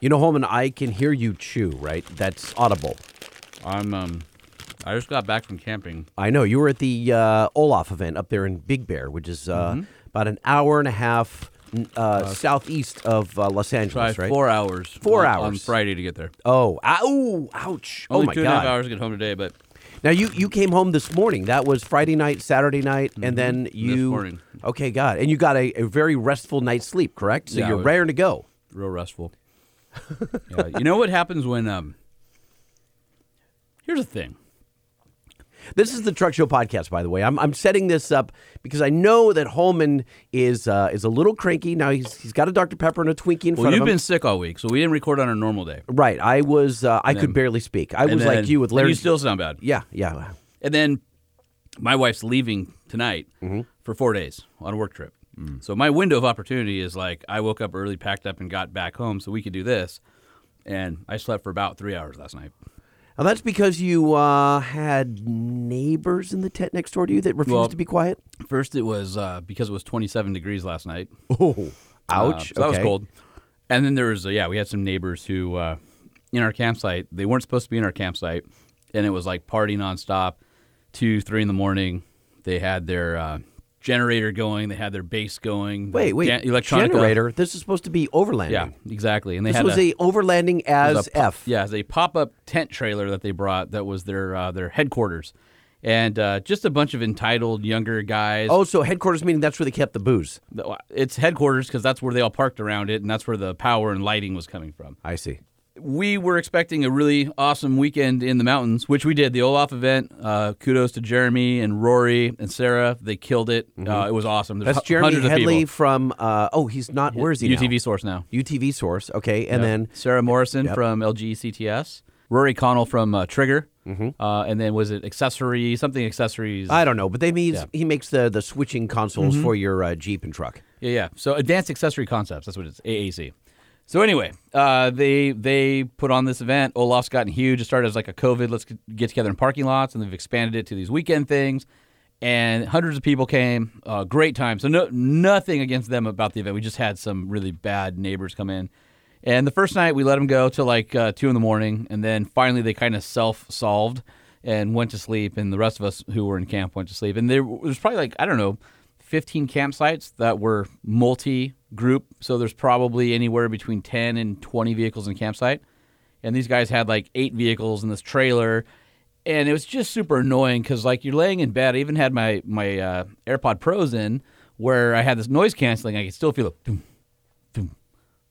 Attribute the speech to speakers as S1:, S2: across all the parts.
S1: You know, Holman, I can hear you chew, right? That's audible.
S2: I'm um, I just got back from camping.
S1: I know. You were at the uh, Olaf event up there in Big Bear, which is uh,
S2: Mm-hmm.
S1: about an hour and a half n- uh, southeast of uh, Los
S2: Try
S1: Angeles, right?
S2: four hours.
S1: Four
S2: on- on
S1: hours.
S2: Friday to get there.
S1: Oh, ow, ouch.
S2: Only
S1: oh, my
S2: two and a half
S1: God.
S2: hours to get home today, but
S1: Now, you, you came home this morning. That was Friday night, Saturday night, and then you.
S2: Mm-hmm. morning.
S1: Okay, God. And you got a, a very restful night's sleep, correct? So
S2: Yeah, I
S1: you're
S2: was-
S1: raring to go.
S2: real restful. yeah. You know what happens when um. Here's the thing.
S1: This is the Truck Show podcast, by the way. I'm, I'm setting this up because I know that Holman is uh, is a little cranky now. He's he's got a Dr Pepper and a Twinkie in
S2: Well,
S1: front
S2: you've
S1: of him.
S2: been sick all week, so we didn't record on our normal day.
S1: right. I was uh, I could
S2: then-
S1: barely speak. I was
S2: And then-
S1: like you with
S2: and
S1: Larry.
S2: You still sound bad.
S1: yeah, yeah.
S2: And then my wife's leaving tonight
S1: Mm-hmm.
S2: for four days on a work trip.
S1: Mm.
S2: So my window of opportunity is like I woke up early, packed up, and got back home so we could do this. And I slept for about three hours last night.
S1: Now that's because you uh, had neighbors in the tent next door to you that refused
S2: Well-
S1: to be quiet.
S2: First, it was uh, because it was 27 degrees last night.
S1: Oh,
S2: Uh,
S1: ouch!
S2: so that was
S1: Okay.
S2: cold. And then there was, uh, yeah, we had some neighbors who, uh, in our campsite, they weren't supposed to be in our campsite, and it was like party nonstop, two, three in the morning. They had their uh, generator going, they had their bass going.
S1: Wait, wait.
S2: Jan- electronica.
S1: Generator. This is supposed to be overlanding.
S2: Yeah, exactly. And they
S1: This
S2: had
S1: was a, overlanding
S2: it
S1: as
S2: was a,
S1: f.
S2: Yeah, it was a pop-up tent trailer that they brought that was their uh, their headquarters, and uh, just a bunch of entitled younger guys.
S1: Oh, so headquarters meaning that's where they kept the booze.
S2: it's headquarters because that's where they all parked around it, and that's where the power and lighting was coming from.
S1: I see.
S2: we were expecting a really awesome weekend in the mountains, which we did. The Olaf event. Uh, kudos to Jeremy and Rory and Sarah. They killed it. Uh, it was awesome. There's
S1: Mm-hmm. That's
S2: hu-
S1: Jeremy
S2: hundreds of
S1: Headley
S2: people.
S1: from. Uh, oh, he's not. Where is he?
S2: UTV
S1: now?
S2: source now.
S1: UTV source. Okay, and then
S2: Sarah Morrison from E LGCTS. Rory Connell from uh, Trigger.
S1: Mm-hmm.
S2: Uh, and then was it accessory something accessories?
S1: I don't know, but they means he makes the the switching consoles
S2: Mm-hmm.
S1: for your uh, Jeep and truck.
S2: Yeah, yeah. So Advanced Accessory Concepts. That's what it's AAC. So anyway, uh, they they put on this event. Olaf's gotten huge. It started as like a COVID. Let's get together in parking lots, and they've expanded it to these weekend things. And hundreds of people came. Uh, great time. So no nothing against them about the event. We just had some really bad neighbors come in. And the first night we let them go till like uh, two in the morning, and then finally they kind of self solved and went to sleep. And the rest of us who were in camp went to sleep. And there was probably like I don't know 15 campsites that were multi group. So there's probably anywhere between 10 and 20 vehicles in a campsite. And these guys had like eight vehicles in this trailer. And it was just super annoying because, like, you're laying in bed. I even had my, my uh, AirPod Pros in where I had this noise canceling. I could still feel the boom, boom,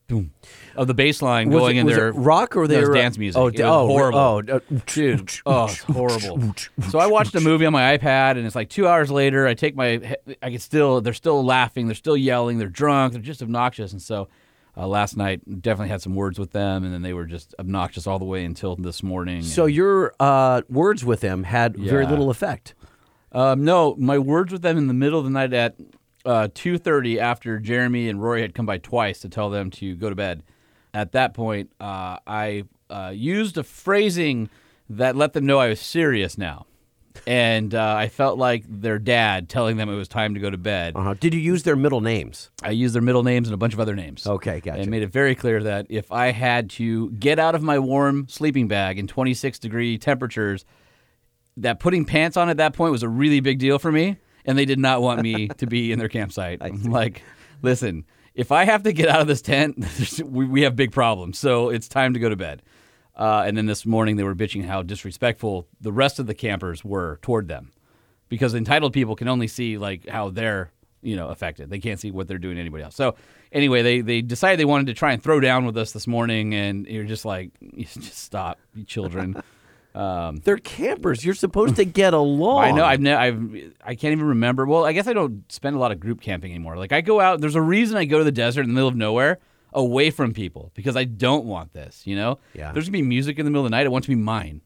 S2: boom of the bass line
S1: Was
S2: going
S1: it,
S2: in
S1: was
S2: there.
S1: it rock or they
S2: No, it was
S1: were-
S2: dance music.
S1: Oh,
S2: It
S1: d-
S2: was
S1: oh, re-
S2: horrible.
S1: Oh, uh,
S2: Dude, oh, it's horrible. So I watched a movie on my iPad, and it's like two hours later. I take my, I can still, they're still laughing, they're still yelling, they're drunk, they're just obnoxious. And so uh, last night, definitely had some words with them, and then they were just obnoxious all the way until this morning.
S1: so your uh, words with him had very
S2: Yeah.
S1: little effect.
S2: um, no, my words with them in the middle of the night at uh, two thirty after Jeremy and Rory had come by twice to tell them to go to bed. At that point, uh, I uh, used a phrasing that let them know I was serious now. And uh, I felt like their dad telling them it was time to go to bed.
S1: Uh-huh. Did you use their middle names?
S2: I used their middle names and a bunch of other names.
S1: Okay, gotcha.
S2: And made it very clear that if I had to get out of my warm sleeping bag in 26 degree temperatures, that putting pants on at that point was a really big deal for me. And they did not want me to be in their campsite. I'm like, listen, if I have to get out of this tent, there's- we, we have big problems. So it's time to go to bed. Uh, and then this morning they were bitching how disrespectful the rest of the campers were toward them because entitled people can only see like how they're you know affected they can't see what they're doing to anybody else so anyway they they decided they wanted to try and throw down with us this morning and you're just like just stop you children
S1: They're campers. You're supposed to get along.
S2: i know i've never i've i can't even remember well i guess i don't spend a lot of group camping anymore like i go out there's a reason i go to the desert in the middle of nowhere away from people because i don't want this you know
S1: Yeah.
S2: there's gonna be music in the middle of the night i want it to be mine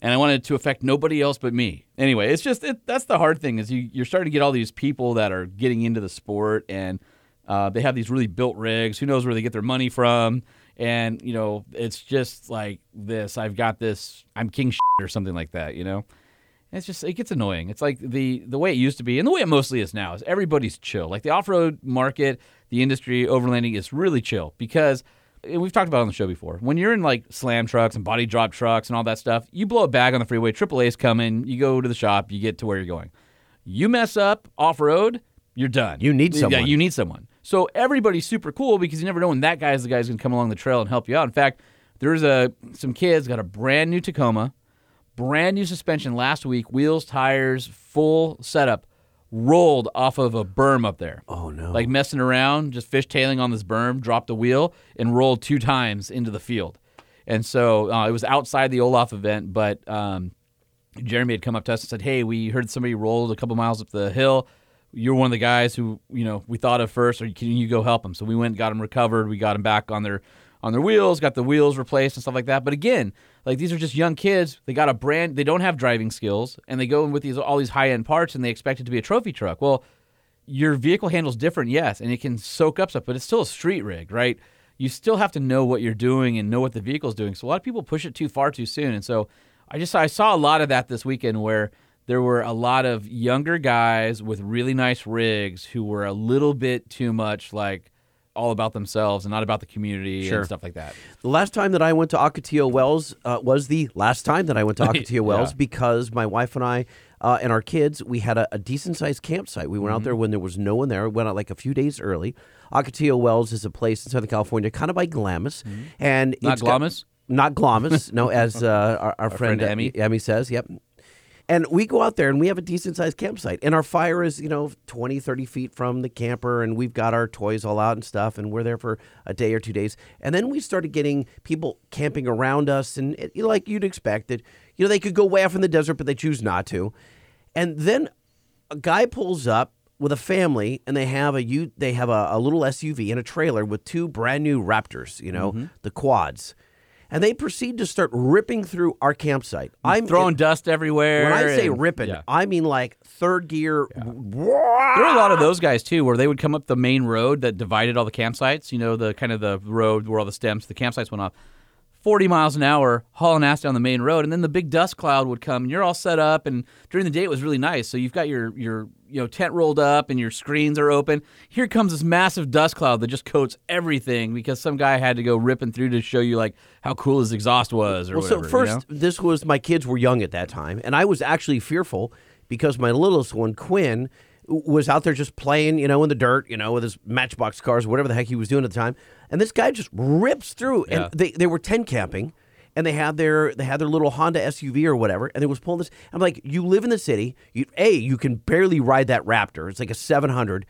S2: and I want it to affect nobody else but me. Anyway, it's just it, that's the hard thing is you, you're starting to get all these people that are getting into the sport and uh, they have these really built rigs. Who knows where they get their money from? And you know, it's just like this. I've got this. I'm king shit or something like that. You know, And it's just it gets annoying. It's like the the way it used to be and the way it mostly is now is everybody's chill. Like the off road market, the industry, overlanding is really chill because and we've talked about it on the show before. When you're in like slam trucks and body drop trucks and all that stuff, you blow a bag on the freeway. AAA's coming. You go to the shop. You get to where you're going. You mess up off road, you're done.
S1: You need
S2: Yeah,
S1: someone.
S2: you need someone. So everybody's super cool because you never know when that guy is the guy who's going to come along the trail and help you out. In fact, there's a some kids got a brand new Tacoma, brand new suspension last week, wheels, tires, full setup, rolled off of a berm up there.
S1: Oh, no.
S2: Like messing around, just fishtailing on this berm, dropped the wheel and rolled two times into the field. And so uh, it was outside the Olaf event, but um, Jeremy had come up to us and said, "Hey, we heard somebody rolled a couple miles up the hill. You're one of the guys who you know we thought of first. Or can you go help them?" So we went, and got them recovered. We got them back on their on their wheels, got the wheels replaced and stuff like that. But again, like these are just young kids. They got a brand. They don't have driving skills, and they go in with these all these high end parts, and they expect it to be a trophy truck. Well, your vehicle handles different, yes, and it can soak up stuff, but it's still a street rig, right? You still have to know what you're doing and know what the vehicle's doing. So a lot of people push it too far too soon, and so I just I saw a lot of that this weekend where there were a lot of younger guys with really nice rigs who were a little bit too much like all about themselves and not about the community and stuff like that.
S1: The last time that I went to Ocotillo Wells uh, was the last time that I went to Ocotillo Wells
S2: Yeah.
S1: because my wife and I uh, and our kids, we had a, a decent sized campsite. We went
S2: Mm-hmm.
S1: out there when there was no one there. We went out like a few days early. Ocotillo Wells is a place in Southern California, kind of by Glamis. And
S2: Mm-hmm. Not
S1: it's got-
S2: Glamis?
S1: not Glamis, no, as uh, our, our friend,
S2: friend Emmy.
S1: uh, Emmy says, yep. And we go out there and we have a decent sized campsite. And our fire is, you know, 20, 30 feet from the camper. And we've got our toys all out and stuff. And we're there for a day or two days. And then we started getting people camping around us. And it, like you'd expect that, you know, they could go way off in the desert, but they choose not to. And then a guy pulls up with a family and they have a U, they have a, a little SUV and a trailer with two brand new Raptors, you
S2: Mm-hmm.
S1: know, the quads. And they proceed to start ripping through our campsite. I'm
S2: Throwing dust everywhere.
S1: when I say
S2: and-
S1: ripping,
S2: yeah.
S1: I mean like third gear.
S2: There were a lot of those guys too, where they would come up the main road that divided all the campsites. You know, the kind of the road where all the stems, the campsites went off. Forty miles an hour, hauling ass down the main road, and then the big dust cloud would come, and you're all set up. And during the day, it was really nice. So you've got your your you know tent rolled up, and your screens are open. Here comes this massive dust cloud that just coats everything because some guy had to go ripping through to show you like how cool his exhaust was or
S1: Well,
S2: whatever.
S1: so
S2: you
S1: first,
S2: know?
S1: this was my kids were young at that time, and I was actually fearful because my littlest one, Quinn, w- was out there just playing, you know, in the dirt, you know, with his Matchbox cars, whatever the heck he was doing at the time. And this guy just rips through,
S2: Yeah.
S1: and they, they were tent camping, and they had their they had their little Honda SUV or whatever, and they was pulling this. I'm like, you live in the city, you, a you can barely ride that Raptor. It's like a 700,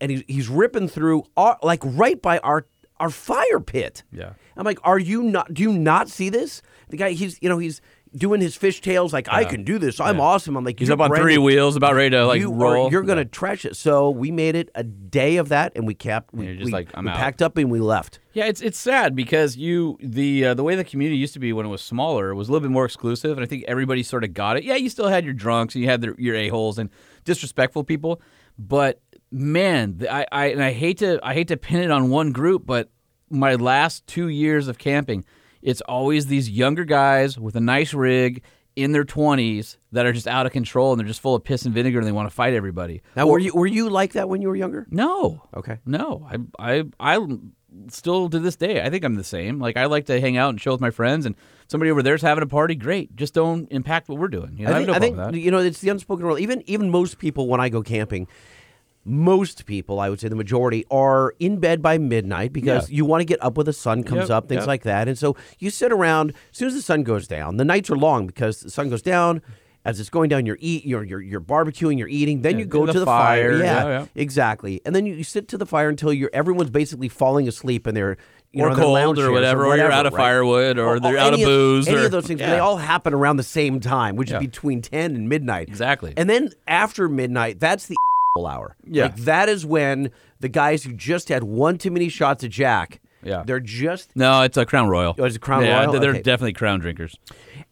S1: and he's he's ripping through our, like right by our our fire pit.
S2: Yeah.
S1: I'm like, are you not? Do you not see this? The guy, he's you know he's doing his fishtails like I can do this. I'm awesome. I'm like
S2: he's
S1: "You're
S2: up on
S1: brand
S2: three
S1: new.
S2: wheels, about ready to like
S1: you
S2: roll.
S1: Are, you're gonna trash it. So we made it a day of that, and we kept. We,
S2: you're just
S1: we-
S2: like, I'm
S1: we
S2: out.
S1: packed up and we left.
S2: Yeah, it's it's sad because you the uh, the way the community used to be when it was smaller was a little bit more exclusive, and I think everybody sort of got it. Yeah, you still had your drunks and you had their, your a holes and disrespectful people, but man, the, I, I and I hate to I hate to pin it on one group, but my last two years of camping, it's always these younger guys with a nice rig in their twenties that are just out of control and they're just full of piss and vinegar and they want to fight everybody.
S1: Now, were you were you like that when you were younger?
S2: No.
S1: Okay.
S2: No, I I I still to this day I think I'm the same. Like I like to hang out and chill with my friends, and somebody over there's having a party. Great, just don't impact what we're doing. You know, I,
S1: I think,
S2: have no
S1: I
S2: problem
S1: think,
S2: with
S1: you know it's the unspoken rule. Even even most people when I go camping, most people I would say the majority are in bed by midnight because you want to get up when the sun comes
S2: Yep,
S1: up, things
S2: yep.
S1: like that. And so you sit around. As soon as the sun goes down, the nights are long because the sun goes down. As it's going down, you're eat, you're you're, you're barbecuing, you're eating. Then you go
S2: the
S1: to the fire.
S2: fire,
S1: Yeah,
S2: yeah, yeah.
S1: exactly. And then you, you sit to the fire until you're everyone's basically falling asleep and they're you
S2: that. Or
S1: know, in their lounge
S2: cold
S1: chairs
S2: or whatever, or you're out of
S1: right?
S2: firewood, or they're out of
S1: Oh, any
S2: booze,
S1: Any
S2: or
S1: of those things, but they
S2: Yeah.
S1: all happen around the same time, which
S2: Yeah.
S1: is between ten and midnight.
S2: Exactly.
S1: And then after midnight, that's the hour.
S2: Yeah.
S1: Like that is when the guys who just had one too many shots of Jack.
S2: Yeah.
S1: They're just
S2: No, it's a Crown Royal.
S1: Oh, it's a Crown
S2: yeah,
S1: Royal?
S2: They're
S1: Okay.
S2: definitely Crown drinkers.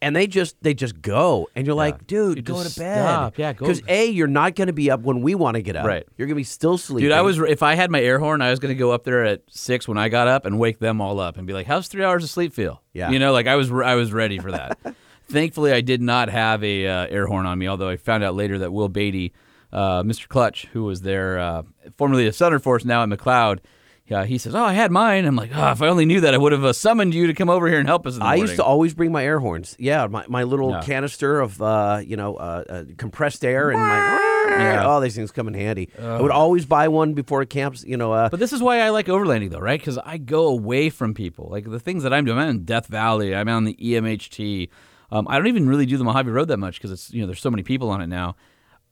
S1: and they just they just go and you're like, dude,
S2: You
S1: go
S2: just
S1: to bed.
S2: stop. Yeah, go-
S1: Because a you're not going to be up when we want to get up.
S2: Right.
S1: You're going to be still sleeping.
S2: Dude, I was if I had my air horn, I was gonna go up there at six when I got up and wake them all up and be like, "How's three hours of sleep feel?"
S1: Yeah.
S2: you know, like I was I was ready for that. Thankfully, I did not have a uh, air horn on me. Although I found out later that Will Beatty, uh, Mr. Clutch, who was there, uh, formerly a Southern Force, now at McLeod, Yeah, he says, "Oh, I had mine." I'm like, "Oh, if I only knew that, I would have uh, summoned you to come over here and help us." In the
S1: I
S2: morning.
S1: used to always bring my air horns. Yeah, my, my little
S2: Yeah.
S1: canister of uh, you know uh, uh, compressed air and my all these things come in handy. I would always buy one before camps. You know, uh,
S2: But this is why I like overlanding, though, right? Because I go away from people. Like the things that I'm doing, I'm in Death Valley, I'm on the E EMHT. Um, I don't even really do the Mojave Road that much because it's you know there's so many people on it now.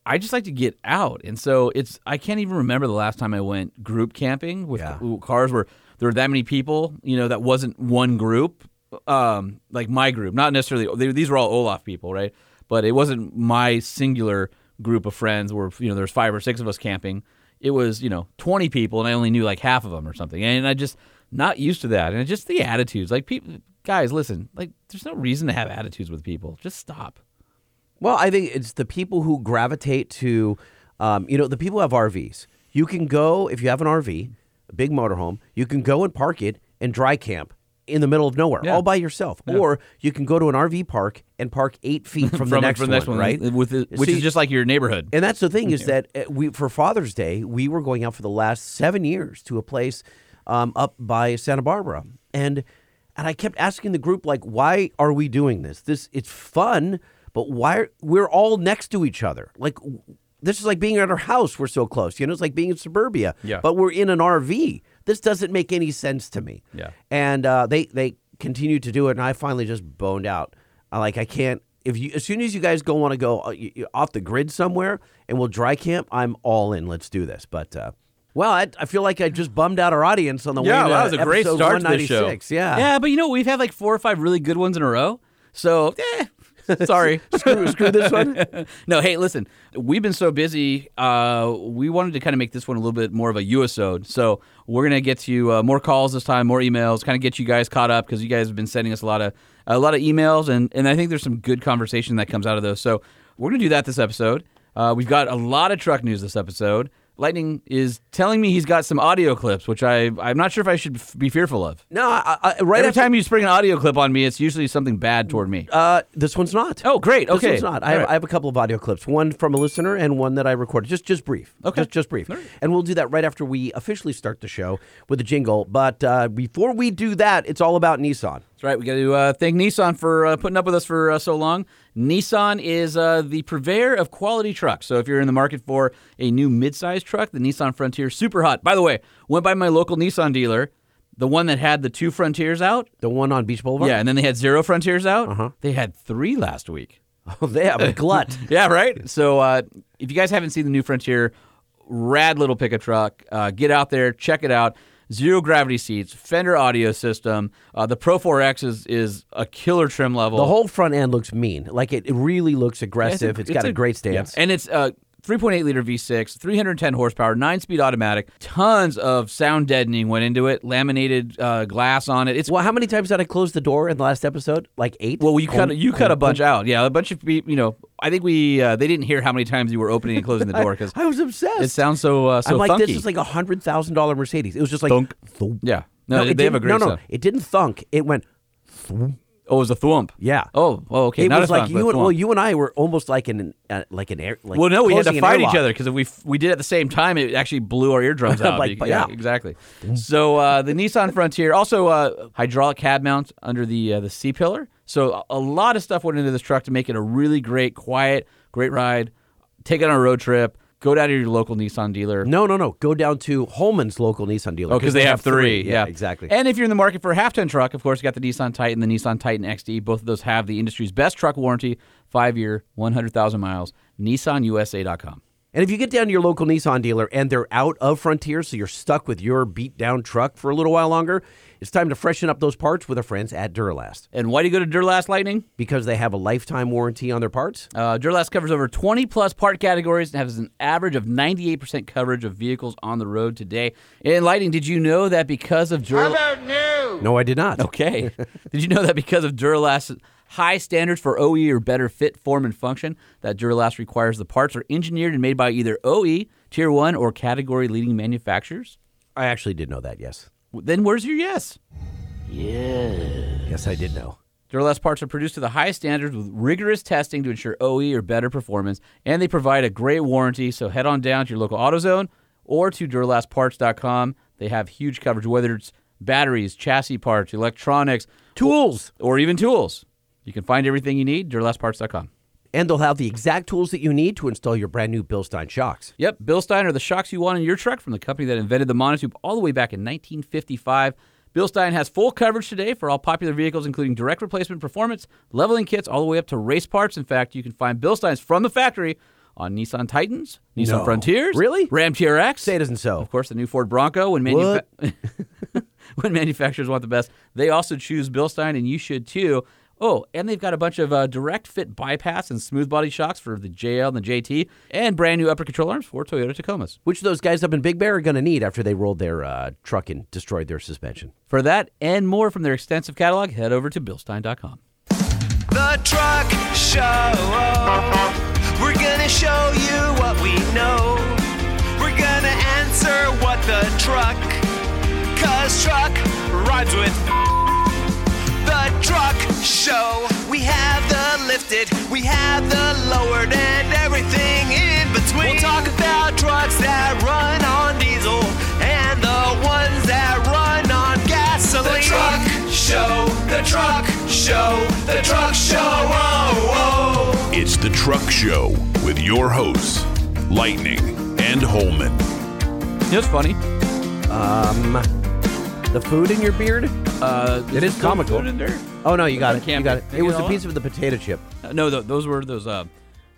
S2: I just like to get out, and so it's I can't even remember the last time I went group camping with
S1: Yeah.
S2: c- cars where there were that many people. You know, that wasn't one group, um, like my group, not necessarily. They, these were all Olaf people, right? But it wasn't my singular group of friends where you know there's five or six of us camping. It was you know 20 people, and I only knew like half of them or something, and I just not used to that, and it's just the attitudes. Like people, guys, listen, like there's no reason to have attitudes with people. Just stop.
S1: well, I think it's the people who gravitate to, um, you know, the people who have RVs. You can go if you have an RV, a big motorhome. You can go and park it and dry camp in the middle of nowhere all by yourself, or you can go to an RV park and park eight feet from, the next
S2: from
S1: one,
S2: next one,
S1: right?
S2: With the- which
S1: See-
S2: is just like your neighborhood.
S1: And that's the thing is that uh, we for Father's Day we were going out for the last seven years to a place um, up by Santa Barbara, and and I kept asking the group like, why are we doing this? This it's fun, but why are- we're all next to each other? Like w- this is like being at our house. We're so close, you know. It's like being in suburbia,
S2: Yeah.
S1: but we're in an RV. This doesn't make any sense to me.
S2: Yeah.
S1: And uh, they they continued to do it, and I finally just boned out. I like I can't. If you as soon as you guys go want to go uh, you, you- off the grid somewhere and we'll dry camp, I'm all in. Let's do this. But uh, well, I, I feel like I just bummed out our audience on the way.
S2: Yeah,
S1: to
S2: that was a great
S1: episode
S2: start to the show.
S1: 196. Yeah.
S2: yeah, but you know we've had like four or five really good ones in a row. So, eh, sorry.
S1: Screw, screw this one.
S2: no, hey, listen, we've been so busy. Uh, we wanted to kind of make this one a little bit more of a USO. So we're going to get to you, uh, more calls this time, more emails, kind of get you guys caught up because you guys have been sending us a lot of a lot of emails, and and I think there's some good conversation that comes out of those. So we're going to do that this episode. Uh, we've got a lot of truck news this episode. Lightning is telling me he's got some audio clips, which I I'm not sure if I should f- be fearful of.
S1: No, I, I, right
S2: Every
S1: after,
S2: time you spring an audio clip on me, it's usually something bad toward me.
S1: Uh, this one's not.
S2: Oh, great. Okay.
S1: This one's not. I
S2: All
S1: have,
S2: right.
S1: I have a couple of audio clips. One from a listener and one that I recorded. Just just brief.
S2: Okay.
S1: Just, just brief. And we'll do that right after we officially start the show with a jingle. But uh, before we do that, it's all about Nissan.
S2: That's right. We got to uh, thank Nissan for uh, putting up with us for uh, so long. Nissan is uh, the purveyor of quality trucks. So if you're in the market for a new midsize truck, the Nissan Frontier, super hot. By the way, went by my local Nissan dealer, the one that had the two Frontiers out.
S1: The one on Beach Boulevard.
S2: Yeah, and then they had zero Frontiers out. Uh-huh. They had three last week.
S1: Oh, they have a glut.
S2: Yeah, right. So uh, if you guys haven't seen the new Frontier, rad little pickup truck. Uh, get out there, check it out. Zero gravity seats, Fender audio system. Uh, the Pro 4X is is a killer trim level.
S1: The whole front end looks mean. Like it, it really looks aggressive. it's got a, great
S2: yeah.
S1: stance.
S2: and it's uh, a 3.8 liter V6, 310 horsepower, nine speed automatic. Tons of sound deadening went into it. Laminated uh, glass on it. It's
S1: Well, how many times did I close the door in the last episode? Like eight.
S2: Well, you cut
S1: Clunk,
S2: you cut a
S1: clunk,
S2: bunch out. Yeah, a bunch of people. You know, I think we uh, they didn't hear how many times you were opening and closing the door because
S1: clunk. I was obsessed.
S2: it sounds so uh, so
S1: I'm like,
S2: funky.
S1: this is like a hundred thousand dollar Mercedes. It was just like
S2: Thunk.
S1: thump.
S2: Yeah. No, they-
S1: it
S2: they have a
S1: didn't- No,
S2: great
S1: no,
S2: sound.
S1: it didn't thunk. It went.
S2: Oh, it was a thwump.
S1: Yeah.
S2: Oh, oh okay.
S1: it
S2: Not
S1: was
S2: a
S1: like
S2: thwump,
S1: you
S2: but
S1: and well,
S2: thwump.
S1: you and I were almost like in an uh, like an air. Like
S2: Well, no, we had
S1: closing
S2: to
S1: an
S2: fight each
S1: airlock.
S2: other because if we f- we did it at the same time, it actually blew our eardrums out.
S1: Like,
S2: Be-
S1: yeah.
S2: exactly. So uh, the Nissan Frontier also uh, hydraulic cab mount under the uh, the C pillar. So a- a lot of stuff went into this truck to make it a really great, quiet, great ride. Take it on a road trip. Go down to your local Nissan dealer.
S1: No, no, no. Go down to Holman's local Nissan dealer.
S2: Oh, because they, have, three.
S1: Yeah, exactly.
S2: And if you're in the market for a half ton truck, of course, you got the Nissan Titan, the Nissan Titan XD. Both of those have the industry's best truck warranty, five year, 100,000 miles. NissanUSA.com.
S1: And if you get down to your local Nissan dealer and they're out of Frontier, so you're stuck with your beat down truck for a little while longer, it's time to freshen up those parts with our friends at Duralast
S2: And why do you go to Duralast Lightning?
S1: because they have a lifetime warranty on their parts.
S2: Uh, Duralast covers over 20 plus part categories and has an average of 98% coverage of vehicles on the road today. And Lightning, did you know that because of Duralast?
S1: No, I did not.
S2: Okay. Did you know that because of Duralast's high standards for OE or better fit, form, and function, that Duralast requires the parts are engineered and made by either OE, Tier 1, or category leading manufacturers?
S1: I actually did know that. Yes,
S2: Then where's your yes?
S1: yes, I did know.
S2: Duralast parts are produced to the highest standards with rigorous testing E to ensure OE or better performance, and they provide a great warranty. So head on down to your local AutoZone or to duralastparts.com. They have huge coverage, whether it's batteries, chassis parts, electronics,
S1: Tools.
S2: or even tools. You can find everything you need, duralastparts.com.
S1: And they'll have the exact tools that you need to install your brand new Bilstein shocks.
S2: Yep, Bill Stein are the shocks you want in your truck from the company that invented the monotube all the way back in 1955. Bill Stein has full coverage today for all popular vehicles, including direct replacement performance, leveling kits, all the way up to race parts. In fact, you can find Bill Steins from the factory on Nissan Titans, Nissan
S1: No.
S2: Frontiers,
S1: Really?
S2: Ram TRX,
S1: Say it isn't so.
S2: of course, the new Ford Bronco. When, manufa- when manufacturers want the best, they also choose Bilstein, and you should too. Oh, and they've got a bunch of uh, direct fit bypass and smooth body shocks for the JL and the JT, and brand new upper control arms for Toyota Tacomas.
S1: Which of those guys up in Big Bear are going to need after they rolled their uh, truck and destroyed their suspension?
S2: For that and more from their extensive catalog, head over to Bilstein.com.
S3: The Truck Show. We're gonna show you what we know. We're gonna answer what the truck. Cause truck rhymes with the truck show. We have the lifted, we have the lowered, and everything in between. We'll talk about trucks that run on diesel and the ones that run on gasoline. The truck show, the truck show, the truck show. Oh, oh.
S4: It's The Truck Show with your hosts, Lightning and Holman.
S2: You know what's funny?
S1: The food in your beard?
S2: Uh,
S1: It is
S2: still
S1: comical.
S2: food in there?
S1: Oh no, you got
S2: I
S1: it.
S2: can't
S1: You got it.
S2: pick
S1: It was
S2: it
S1: a
S2: all
S1: piece of the potato chip.
S2: Uh, No, th- those were those uh,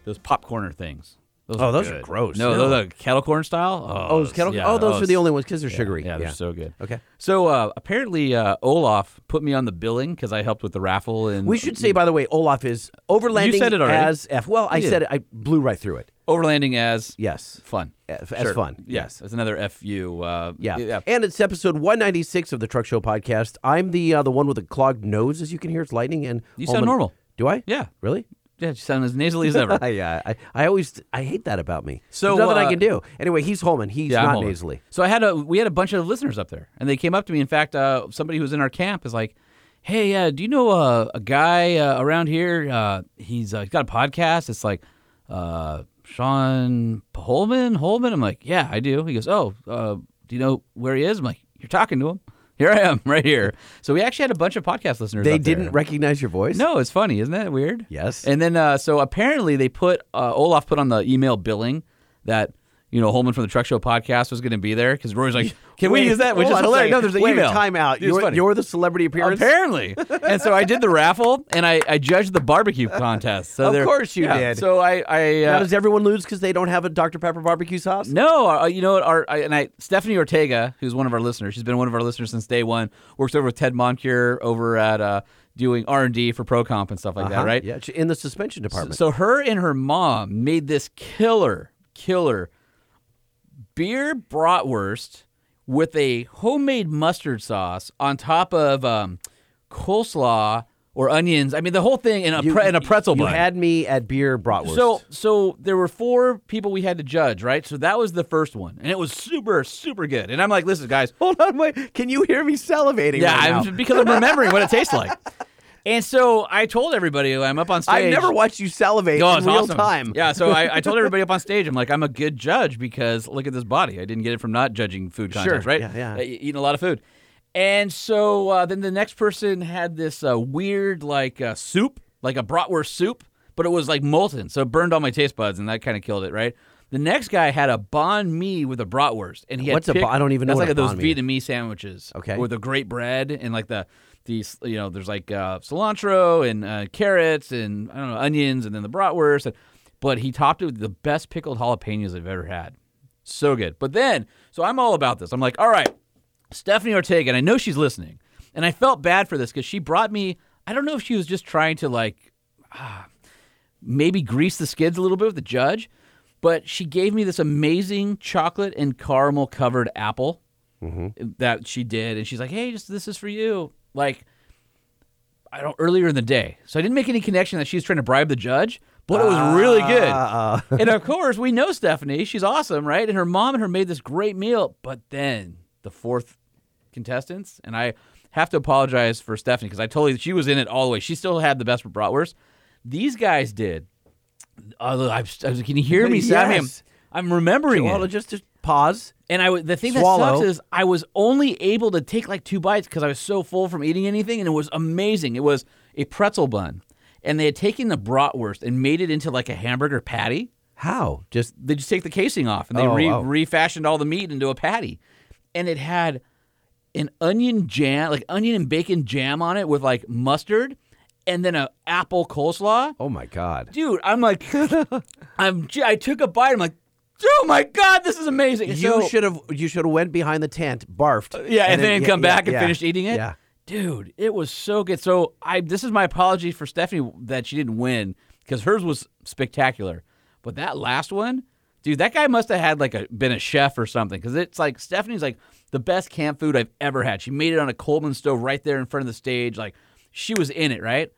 S2: those popcorner things. Those
S1: Oh,
S2: were
S1: those are
S2: good.
S1: gross.
S2: No,
S1: No.
S2: those are kettle corn style. Oh,
S1: Oh, those kettle.
S2: yeah,
S1: oh, those are the
S2: it's-
S1: only ones because they're sugary.
S2: Yeah, they're so good.
S1: Okay.
S2: So uh, apparently, uh, Olaf put me on the billing because I helped with the raffle. And
S1: We should say, by the way, Olaf is overlanding
S2: You said it already.
S1: as F. Well, I
S2: You did.
S1: said it. I blew right through it.
S2: overlanding as
S1: Yes.
S2: fun.
S1: F- as fun, yes.
S2: Yes, as another fu. Uh,
S1: Yeah. And it's episode 196 of the Truck Show podcast. I'm the uh, the one with the clogged nose, as you can hear. It's lightning and
S2: You sound
S1: Holman-
S2: normal.
S1: Do I?
S2: Yeah.
S1: Really?
S2: Yeah, you sound as nasally as ever.
S1: I, uh, I I always I hate that about me.
S2: So,
S1: There's nothing I
S2: uh,
S1: can do. Anyway, he's Holman. He's
S2: Yeah, I'm
S1: not
S2: holding.
S1: nasally.
S2: So I had a we had a bunch of listeners up there, and they came up to me. In fact, uh, somebody who was in our camp is like, "Hey, uh, do you know uh, a guy uh, around here? Uh, he's uh, he's got a podcast. It's like uh, Sean Holman. Holman. I'm like, yeah, I do. He goes, oh, uh, do you know where he is? I'm like, you're talking to him. Here I am, right here. So we actually had a bunch of podcast listeners.
S1: They
S2: up there.
S1: didn't recognize your voice.
S2: No, it's funny, isn't that weird?
S1: Yes.
S2: And then uh, so apparently they put uh, Olaf put on the email billing that you know Holman from the Truck Show podcast was going to be there because Roy's like, can we
S1: Wait,
S2: use that? Which
S1: hold on
S2: is
S1: a
S2: hilarious. No,
S1: second.
S2: there's an
S1: Wait,
S2: email.
S1: Time out.
S2: It's
S1: You're,
S2: funny.
S1: you're the celebrity appearance.
S2: Apparently, and so I did the raffle, and I, I judged the barbecue contest. So
S1: Of
S2: there-
S1: course you
S2: yeah,
S1: did.
S2: So I I
S1: Now,
S2: uh,
S1: does everyone lose because they don't have a Dr Pepper barbecue sauce?
S2: No, uh, you know what? Our I, and I, Stephanie Ortega, who's one of our listeners, she's been one of our listeners since day one. Works over with Ted Moncure over at uh, doing R and D for ProComp and stuff like
S1: Huh?
S2: that, right?
S1: Yeah, it's in the suspension department.
S2: So her and her mom made this killer, killer beer bratwurst with a homemade mustard sauce on top of um, coleslaw or onions. I mean, the whole thing in a, pre- in a pretzel
S1: You
S2: bun.
S1: had me at beer bratwurst.
S2: so, so there were four people we had to judge, right? So that was the first one, and it was super, super good. And I'm like, listen, guys,
S1: hold on, wait. Can you hear me salivating?
S2: yeah,
S1: right
S2: I'm,
S1: now?
S2: because I'm remembering what it tastes like. And so I told everybody I'm up on stage.
S1: I've never watched you salivate
S2: Oh,
S1: in
S2: it's
S1: real
S2: awesome.
S1: time.
S2: Yeah, so I, I told everybody up on stage, I'm like, I'm a good judge because look at this body. I didn't get it from not judging food contests, right?
S1: Yeah, yeah.
S2: Uh, e- eating a lot of food. And so uh, then the next person had this uh, weird, like, uh, soup, like a bratwurst soup, but it was like molten. So it burned all my taste buds, and that kind of killed it, right? The next guy had a banh mi with a bratwurst, and he had
S1: What's a
S2: pick-
S1: ba- I don't even know
S2: that's
S1: what a
S2: like those
S1: banh mi is.
S2: Vietnamese sandwiches,
S1: Okay.
S2: with the great bread and like the these you know there's like uh, cilantro and uh, carrots and I don't know onions and then the bratwurst. And, but he topped it with the best pickled jalapenos I've ever had, so good. But then so I'm all about this. I'm like, all right, Stephanie Ortega, and I know she's listening, and I felt bad for this because she brought me. I don't know if she was just trying to like ah, maybe grease the skids a little bit with the judge, but she gave me this amazing chocolate and caramel covered apple that she did, and she's like, "Hey, just this is for you." Like, I don't earlier in the day, so I didn't make any connection that she was trying to bribe the judge, but it was really good. and of course, we know Stephanie; she's awesome, right? And her mom and her made this great meal, but then the fourth contestants, and I have to apologize for Stephanie because I totally she was in it all the way. She still had the best for bratwurst. These guys did. Oh, look, I'm, I was- can you hear me? Sam?
S1: Yes.
S2: I'm remembering
S1: Well,
S2: it.
S1: just, just pause.
S2: And I w- the thing that
S1: Swallow.
S2: sucks is I was only able to take like two bites because I was so full from eating anything, and it was amazing. It was a pretzel bun, and they had taken the bratwurst and made it into like a hamburger patty.
S1: How? Just
S2: They just take the casing off and they
S1: Oh,
S2: re-
S1: wow.
S2: refashioned all the meat into a patty, and it had an onion jam, like onion and bacon jam on it with like mustard, and then a apple coleslaw
S1: oh my god.
S2: dude, I'm like, I'm, j- I took a bite. I'm like, oh my god, this is amazing. And so-
S1: You should have you should have went behind the tent, barfed.
S2: Uh, yeah, and, then, come
S1: yeah,
S2: back and
S1: yeah,
S2: finish eating it.
S1: Yeah.
S2: dude, it was so good. So I, this is my apology for Stephanie that she didn't win because hers was spectacular, but that last one, dude, that guy must have had like a been a chef or something because it's like Stephanie's like the best camp food I've ever had. She made it on a Coleman stove right there in front of the stage, like she was in it, right?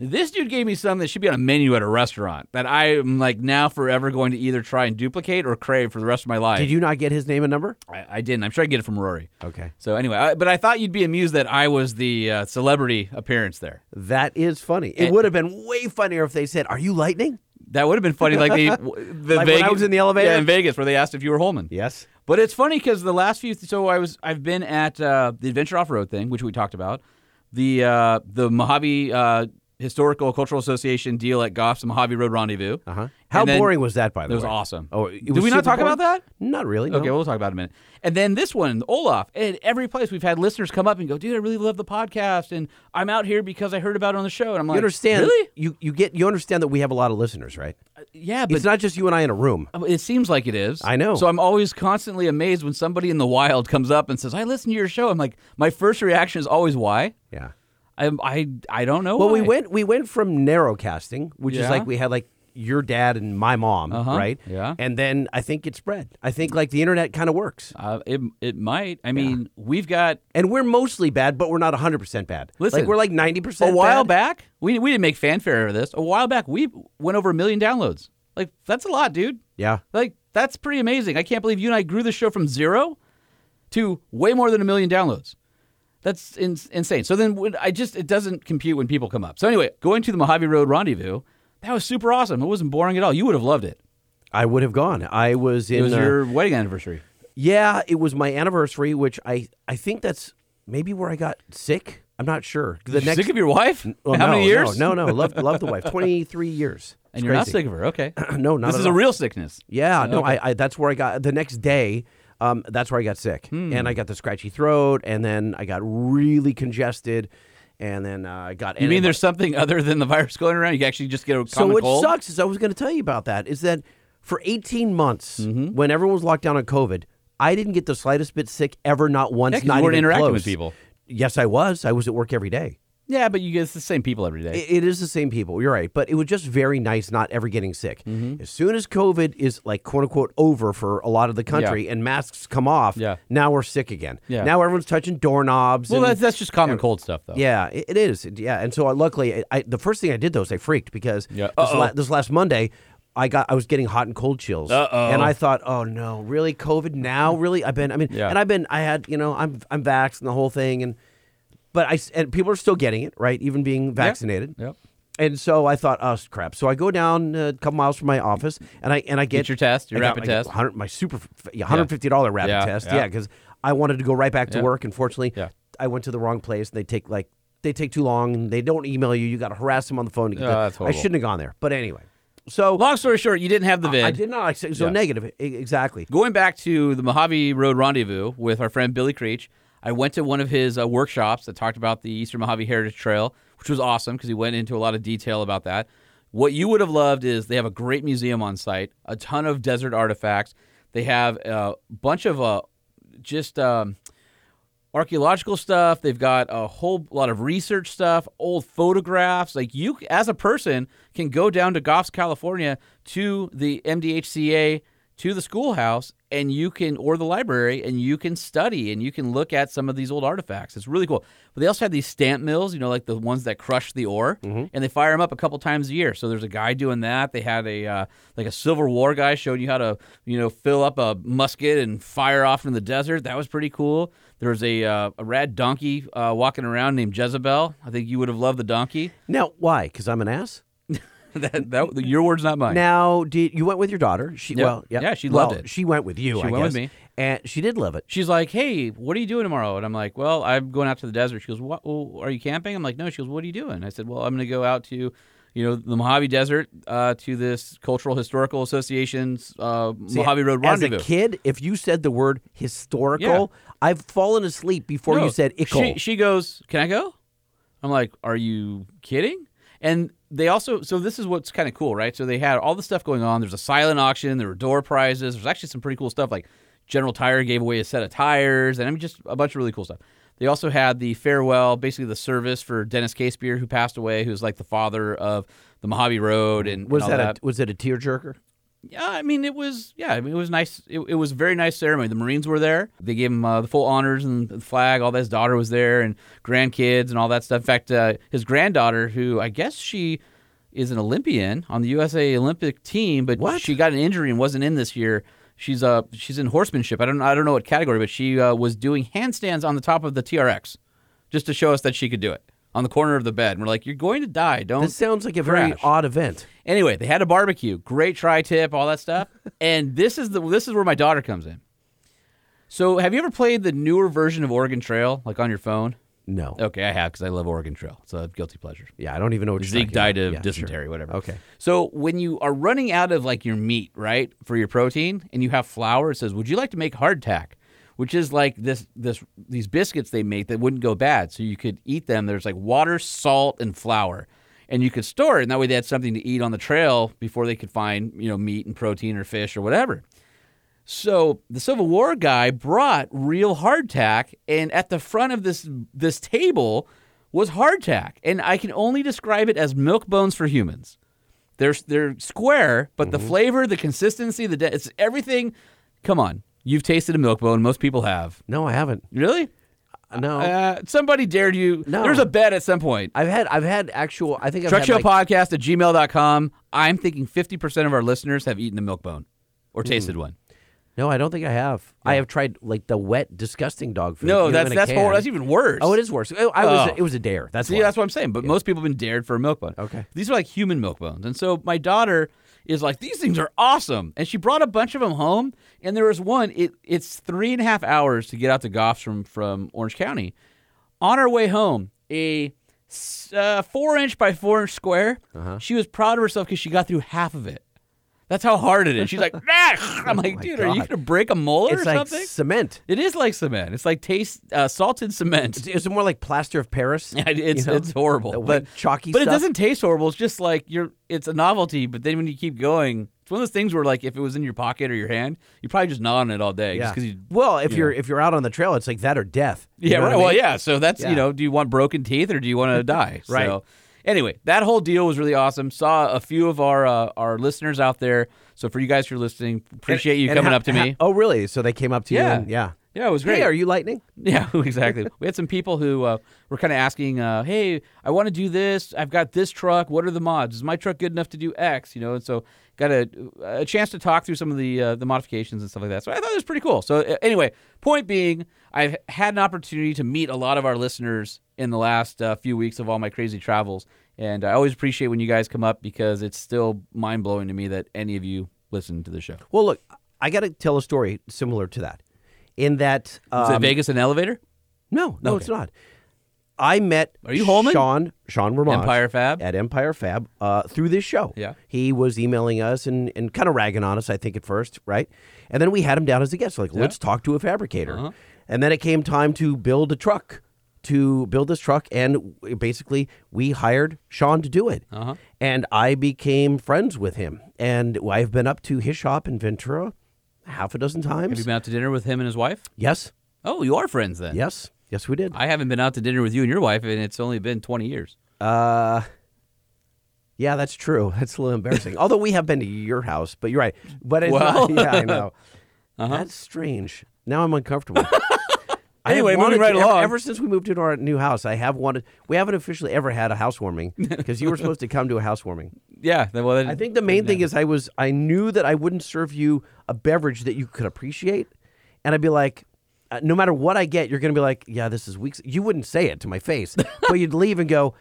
S2: This dude gave me something that should be on a menu at a restaurant that I am like now forever going to either try and duplicate or crave for the rest of my life.
S1: Did you not get his name and number?
S2: I, I didn't. I'm sure I can get it from Rory.
S1: Okay.
S2: So anyway, I, but I thought you'd be amused that I was the uh, celebrity appearance there.
S1: That is funny. It
S2: And-
S1: would have been way funnier if they said, "Are you lightning?"
S2: That would have been funny, like the, the
S1: Like when I
S2: Vegas,
S1: was in the elevator?
S2: yeah, in Vegas, where they asked if you were Holman.
S1: Yes.
S2: But it's funny because the last few, so I was, I've been at uh, the Adventure Off Road thing, which we talked about, the uh, the Mojave uh, Historical Cultural Association deal at Goff's Mojave Road Rendezvous.
S1: Uh-huh. How
S2: And then-
S1: boring was that? By the
S2: It
S1: way,
S2: was awesome.
S1: Oh, it
S2: did
S1: was
S2: we not
S1: super
S2: talk
S1: boring?
S2: about that?
S1: Not really.
S2: Okay, we'll talk about it in a minute. And then this one, Olaf. At every place we've had listeners come up and go, "Dude, I really love the podcast, and I'm out here because I heard about it on the show." And I'm like,
S1: you understand?
S2: Really?
S1: You you get you understand that we have a lot of listeners, right?
S2: Yeah, but um,
S1: It's not just you and I in a room.
S2: it seems like it is.
S1: I know.
S2: So I'm always constantly amazed when somebody in the wild comes up and says, "I listen to your show." I'm like, my first reaction is always, "Why?"
S1: Yeah.
S2: I I I don't know.
S1: Well, we
S2: why.
S1: went we went from narrowcasting, which is
S2: Yeah. Uh-huh.
S1: like we had like your dad and my mom, right?
S2: yeah.
S1: And then I think it spread. I think like the internet kind of works.
S2: Uh, it it might. I mean, we've got
S1: And we're mostly bad, but we're not 100% bad.
S2: Listen,
S1: like we're like 90%
S2: a while
S1: bad.
S2: back. We we didn't make fanfare of this. A while back, we went over a million downloads. Like that's a lot, dude.
S1: Yeah.
S2: Like that's pretty amazing. I can't believe you and I grew the show from zero to way more than a million downloads. That's in- insane. So then when I just it doesn't compute when people come up. So anyway, going to the Mojave Road Rendezvous, that was super awesome. It wasn't boring at all. You would have loved it.
S1: I would have gone. I was in
S2: It was
S1: uh,
S2: your wedding anniversary.
S1: Yeah, it was my anniversary, which I I think that's maybe where I got sick. I'm not sure. The next
S2: sick of your wife?
S1: Well,
S2: How
S1: no,
S2: many years?
S1: No, no, no. Love love the wife. 23 years.
S2: And
S1: It's
S2: you're not
S1: crazy.
S2: sick of her. Okay.
S1: No, not
S2: this
S1: at
S2: is a
S1: all.
S2: real Oh, sickness.
S1: Yeah, no, I, I that's where I got the next day. Um, that's where I got sick,
S2: Hmm.
S1: and I got the scratchy throat, and then I got really congested, and then uh, I got.
S2: You mean there's something other than the virus going around? You actually just get a
S1: so
S2: common
S1: what
S2: cold?
S1: sucks is I was going to tell you about that is that for 18 months
S2: Mm-hmm.
S1: when everyone was locked down on COVID, I didn't get the slightest bit sick ever, not once,
S2: Yeah, 'cause you
S1: not
S2: weren't
S1: even
S2: interacting
S1: close.
S2: with people.
S1: Yes, I was. I was at work every day.
S2: Yeah, but you get it's the same people every day.
S1: It- it is the same people. You're right, but it was just very nice not ever getting sick.
S2: Mm-hmm.
S1: As soon as COVID is like quote unquote over for a lot of the country and masks come off,
S2: Yeah.
S1: now we're sick again.
S2: Yeah.
S1: Now everyone's touching doorknobs.
S2: well,
S1: and-
S2: that's, that's just common cold stuff, though.
S1: yeah, it, it is. It- yeah, and so I, luckily, I, I, the first thing I did though is I freaked because
S2: Yeah.
S1: this,
S2: Uh-oh.
S1: la- this last Monday. I got I was getting hot and cold chills,
S2: Uh-oh.
S1: and I thought, oh no, really COVID now? Really, I've been I mean,
S2: Yeah.
S1: and I've been I had you know I'm I'm vaxxed and the whole thing, and but I s- and people are still getting it right, even being vaccinated.
S2: Yep.
S1: And so I thought, oh crap! So I go down uh, a couple miles from my office, and I and I get,
S2: your test, your
S1: I got-
S2: rapid
S1: I got
S2: test.
S1: 100 my super, f- yeah, hundred fifty dollar rapid
S2: Yeah,
S1: test,
S2: yeah.
S1: yeah, because I wanted to go right back to
S2: Yeah.
S1: work. Unfortunately,
S2: Yeah.
S1: I went to the wrong place. They take like they take too long, and they don't email you. You got to harass them on the phone to get.
S2: Yeah,
S1: the-
S2: Oh, that's
S1: I
S2: horrible.
S1: shouldn't have gone there, but anyway. So
S2: Long story short, you didn't have the vid.
S1: I did not. I said- So
S2: Yeah.
S1: negative, e- exactly.
S2: Going back to the Mojave Road Rendezvous with our friend Billy Creech, I went to one of his uh, workshops that talked about the Eastern Mojave Heritage Trail, which was awesome because he went into a lot of detail about that. What you would have loved is they have a great museum on site, a ton of desert artifacts. They have a bunch of uh, just um, archaeological stuff. They've got a whole lot of research stuff, old photographs. Like you, as a person, can go down to Goffs, California, to the MDHCA, to the schoolhouse, and you can, or the library, and you can study and you can look at some of these old artifacts. It's really cool. But they also have these stamp mills, you know, like the ones that crush the ore, and they fire them up a couple times a year. So there's a guy doing that. They had a uh, like a Civil War guy showing you how to, you know, fill up a musket and fire off in the desert. That was pretty cool. There was a, uh, a rad donkey uh, walking around named Jezebel. I think you would have loved the donkey.
S1: Now why? Because I'm an ass.
S2: that, that, your words, not mine.
S1: Now, did you went with your daughter? She
S2: Yeah.
S1: well, yeah,
S2: Yeah, she
S1: well,
S2: loved it.
S1: She went with you.
S2: She
S1: I
S2: went with
S1: guess.
S2: me.
S1: and she did love it.
S2: She's like, "Hey, what are you doing tomorrow?" And I'm like, "Well, I'm going out to the desert." She goes, "What? Well, are you camping?" I'm like, "No." She goes, "What are you doing?" I said, "Well, I'm going to go out to, you know, the Mojave Desert uh, to this Cultural Historical Association's uh, Mojave Road
S1: As
S2: Rendezvous."
S1: a kid, if you said the word historical, I've fallen asleep before
S2: No,
S1: you said ickle.
S2: She, she goes, "Can I go?" I'm like, "Are you kidding?" And they also so this is what's kind of cool, right? So they had all the stuff going on. There's a silent auction. There were door prizes. There's actually some pretty cool stuff. Like General Tire gave away a set of tires, and I mean just a bunch of really cool stuff. They also had the farewell, basically the service for Dennis Casebeer, who passed away, who's like the father of the Mojave Road, and and
S1: was
S2: all
S1: that,
S2: that
S1: a was it a tearjerker?
S2: yeah, I mean, it was yeah, I mean, it was nice. It, it was a very nice ceremony. The Marines were there. They gave him uh, the full honors and the flag. All that his daughter was there and grandkids and all that stuff. In fact, uh, his granddaughter, who I guess she is an Olympian on the USA Olympic team, but
S1: What?
S2: she got an injury and wasn't in this year. She's uh she's in horsemanship. I don't I don't know what category, but she uh, was doing handstands on the top of the TRX, just to show us that she could do it on the corner of the bed. And we're like, you're going to die. Don't
S1: This sounds like a very
S2: Crash.
S1: odd event.
S2: Anyway, they had a barbecue, great tri-tip, all that stuff. and this is the this is where my daughter comes in. So, have you ever played the newer version of Oregon Trail, like on your phone?
S1: No.
S2: Okay, I have because I love Oregon Trail. It's a guilty pleasure.
S1: Yeah, I don't even know what you're
S2: Zeke
S1: talking about.
S2: died of
S1: Yeah, sure.
S2: dysentery, whatever.
S1: Okay.
S2: So when you are running out of like your meat, right, for your protein, and you have flour, it says, "Would you like to make hardtack?" Which is like this this these biscuits they make that wouldn't go bad, so you could eat them. There's like water, salt, and flour, and you could store it, and that way they had something to eat on the trail before they could find you know meat and protein or fish or whatever. So the Civil War guy brought real hardtack, and at the front of this this table was hardtack, and I can only describe it as milk bones for humans. They're they're square, but
S1: Mm-hmm.
S2: the flavor, the consistency, the de- it's everything. Come on, you've tasted a milk bone. Most people have.
S1: No, I haven't.
S2: Really?
S1: No.
S2: Uh, somebody dared you.
S1: Oh. No.
S2: There's a bet at some point.
S1: I've had I've had actual I think I've
S2: Truck
S1: had
S2: Show
S1: like,
S2: Podcast at gmail.com. I'm thinking 50% of our listeners have eaten a milk bone or tasted one.
S1: No, I don't think I have. I have tried like the wet, disgusting dog food. you
S2: No,
S1: know,
S2: that's
S1: in a
S2: that's
S1: can.
S2: whole, that's even worse.
S1: Oh, it is worse. Oh, I was
S2: Oh.
S1: it was a dare. That's
S2: See,
S1: why.
S2: that's what I'm saying. But most people have been dared for a milk bone.
S1: Okay.
S2: These are like human milk bones. And so my daughter is like, these things are awesome. And she brought a bunch of them home. And there was one, it, it's three and a half hours to get out to Goffs from, from Orange County. On our way home, a s- uh, four inch by four inch square,
S1: Uh-huh.
S2: she was proud of herself because she got through half of it. That's how hard it is. She's like, "Ah!" I'm like,
S1: Oh my
S2: dude, are you
S1: God.
S2: going to break a molar
S1: it's
S2: or
S1: like
S2: something?
S1: cement.
S2: It is like cement. It's like taste uh, salted cement.
S1: It's, it's more like plaster of Paris.
S2: Yeah, it- It's
S1: you know?
S2: it's horrible,
S1: The
S2: but
S1: white chalky
S2: But
S1: stuff.
S2: it doesn't taste horrible. It's just like you're. It's a novelty, but then when you keep going, it's one of those things where like if it was in your pocket or your hand, you probably just gnaw on it all day. just 'cause you,
S1: well, if you're if you're out on the trail, it's like that or death. You
S2: yeah,
S1: know what
S2: right.
S1: I
S2: Well,
S1: mean?
S2: yeah. So that's
S1: Yeah.
S2: you know, do you want broken teeth or do you want to die?
S1: Right.
S2: So, anyway, that whole deal was really awesome. Saw a few of our uh, our listeners out there. So for you guys who are listening, appreciate you
S1: And
S2: coming
S1: how-
S2: up to
S1: how-
S2: me.
S1: oh, really? So they came up to
S2: Yeah.
S1: you? And, yeah.
S2: yeah, it was great.
S1: Hey, are you lightning?
S2: Yeah, exactly. we had some people who uh, were kind of asking, uh, "Hey, I want to do this. I've got this truck. What are the mods? Is my truck good enough to do X?" You know, and so got a, a chance to talk through some of the uh, the modifications and stuff like that. So I thought it was pretty cool. So uh, anyway, point being, I've had an opportunity to meet a lot of our listeners in the last uh, few weeks of all my crazy travels, and I always appreciate when you guys come up because it's still mind blowing to me that any of you listen to the show.
S1: Well, look, I got to tell a story similar to that. In that,
S2: Is it
S1: um,
S2: Vegas an elevator?
S1: no, no,
S2: Okay.
S1: it's not. I met
S2: Are you Holman?
S1: Sean Sean Ramon
S2: Empire Fab?
S1: at Empire Fab uh, through this show.
S2: Yeah.
S1: he was emailing us and, and kind of ragging on us, I think at first, right? And then we had him down as a guest, like let's talk to a fabricator.
S2: Uh-huh.
S1: And then it came time to build a truck, to build this truck, and w- basically we hired Sean to do it. Uh-huh. And I became friends with him, and I've been up to his shop in Ventura half a dozen
S2: Have you
S1: times.
S2: been out to dinner with him and his wife?
S1: yes,
S2: Oh, you are friends then.
S1: yes, yes, we did.
S2: I haven't been out to dinner with you and your wife, and it's only been 20 years.
S1: Uh, yeah, that's true. That's a little embarrassing. Although we have been to your house, but you're right. But it's
S2: Well.
S1: not, yeah, I know.
S2: Uh-huh.
S1: That's strange. Now I'm uncomfortable. I have
S2: Anyway, moving
S1: wanted
S2: right
S1: to- ever-
S2: along.
S1: Ever, since we moved into our new house, I have wanted. We haven't officially ever had a housewarming because you were supposed to come to a housewarming.
S2: Yeah. then- Well,
S1: I think the main thing is I was. I knew that I wouldn't serve you a beverage that you could appreciate, and I'd be like. Uh, no matter what I get, you're going to be like, "Yeah, this is weeks." You wouldn't say it to my face, but you'd leave and go,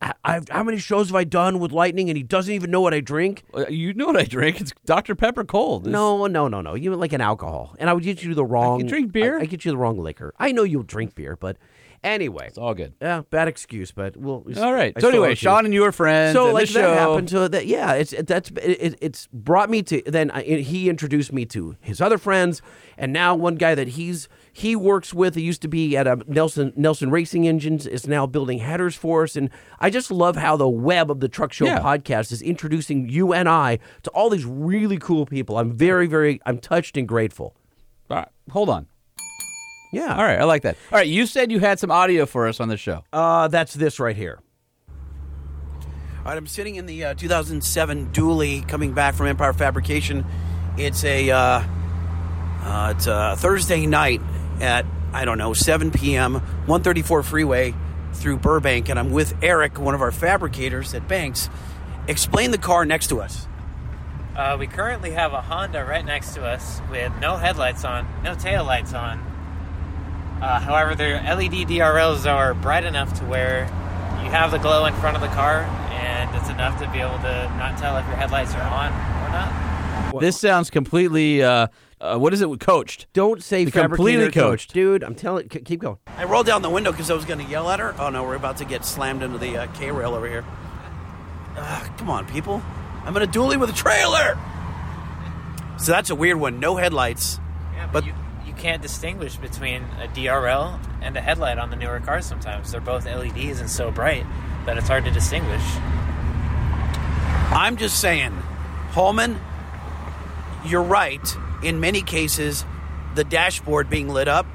S1: I, I've, how many shows have I done with Lightning and he doesn't even know what I drink?
S2: Uh, You know what I drink? It's Dr Pepper cold. It's-
S1: No, no, no, no. You like an alcohol, and I would get you the wrong.
S2: drink beer.
S1: I, I get you the wrong liquor. I know you'll drink beer, but anyway,
S2: it's all good.
S1: yeah, bad excuse, but we'll. we s-
S2: All right.
S1: I
S2: So
S1: still
S2: anyway,
S1: like you.
S2: Sean and you are friends.
S1: So
S2: and
S1: like
S2: this
S1: that
S2: show,
S1: happened to that. Yeah, it's it, that's it, it- it's brought me to then I, he introduced me to his other friends, and now one guy that he's he works with. He used to be at a Nelson Nelson Racing Engines. Is now building headers for us, and I just love how the web of the Truck Show
S2: Yeah.
S1: podcast is introducing you and I to all these really cool people. I'm very very I'm touched and grateful.
S2: All right, hold on.
S1: Yeah.
S2: All right, I like that. All right, you said you had some audio for us on the show.
S1: Uh, that's this right here.
S5: All right, I'm sitting in the uh, 2007 Dually coming back from Empire Fabrication. It's a uh, uh, it's a Thursday night at I don't know 7 p.m. 134 freeway through Burbank, and I'm with Eric, one of our fabricators at Banks. Explain the car next to us.
S6: Uh, we currently have a Honda right next to us with no headlights on, no tail lights on. Uh, however, their LED DRLs are bright enough to where you have the glow in front of the car, and it's enough to be able to not tell if your headlights are on or not.
S2: This sounds completely. Uh, uh, what is it? Coached.
S1: Don't say
S2: They completely
S1: fabricator coach.
S2: coached.
S1: dude. I'm telling. c- Keep going.
S5: I rolled down the window because I was going to yell at her. Oh no, we're about to get slammed into the uh, K rail over here. Ugh, come on, people! I'm in a Dually with a trailer. So that's a weird one. No headlights.
S6: Yeah,
S5: but
S6: but, you, you can't distinguish between a DRL and a headlight on the newer cars sometimes. They're both LEDs and so bright that it's hard to distinguish.
S5: I'm just saying, Holman, you're right. In many cases, the dashboard being lit up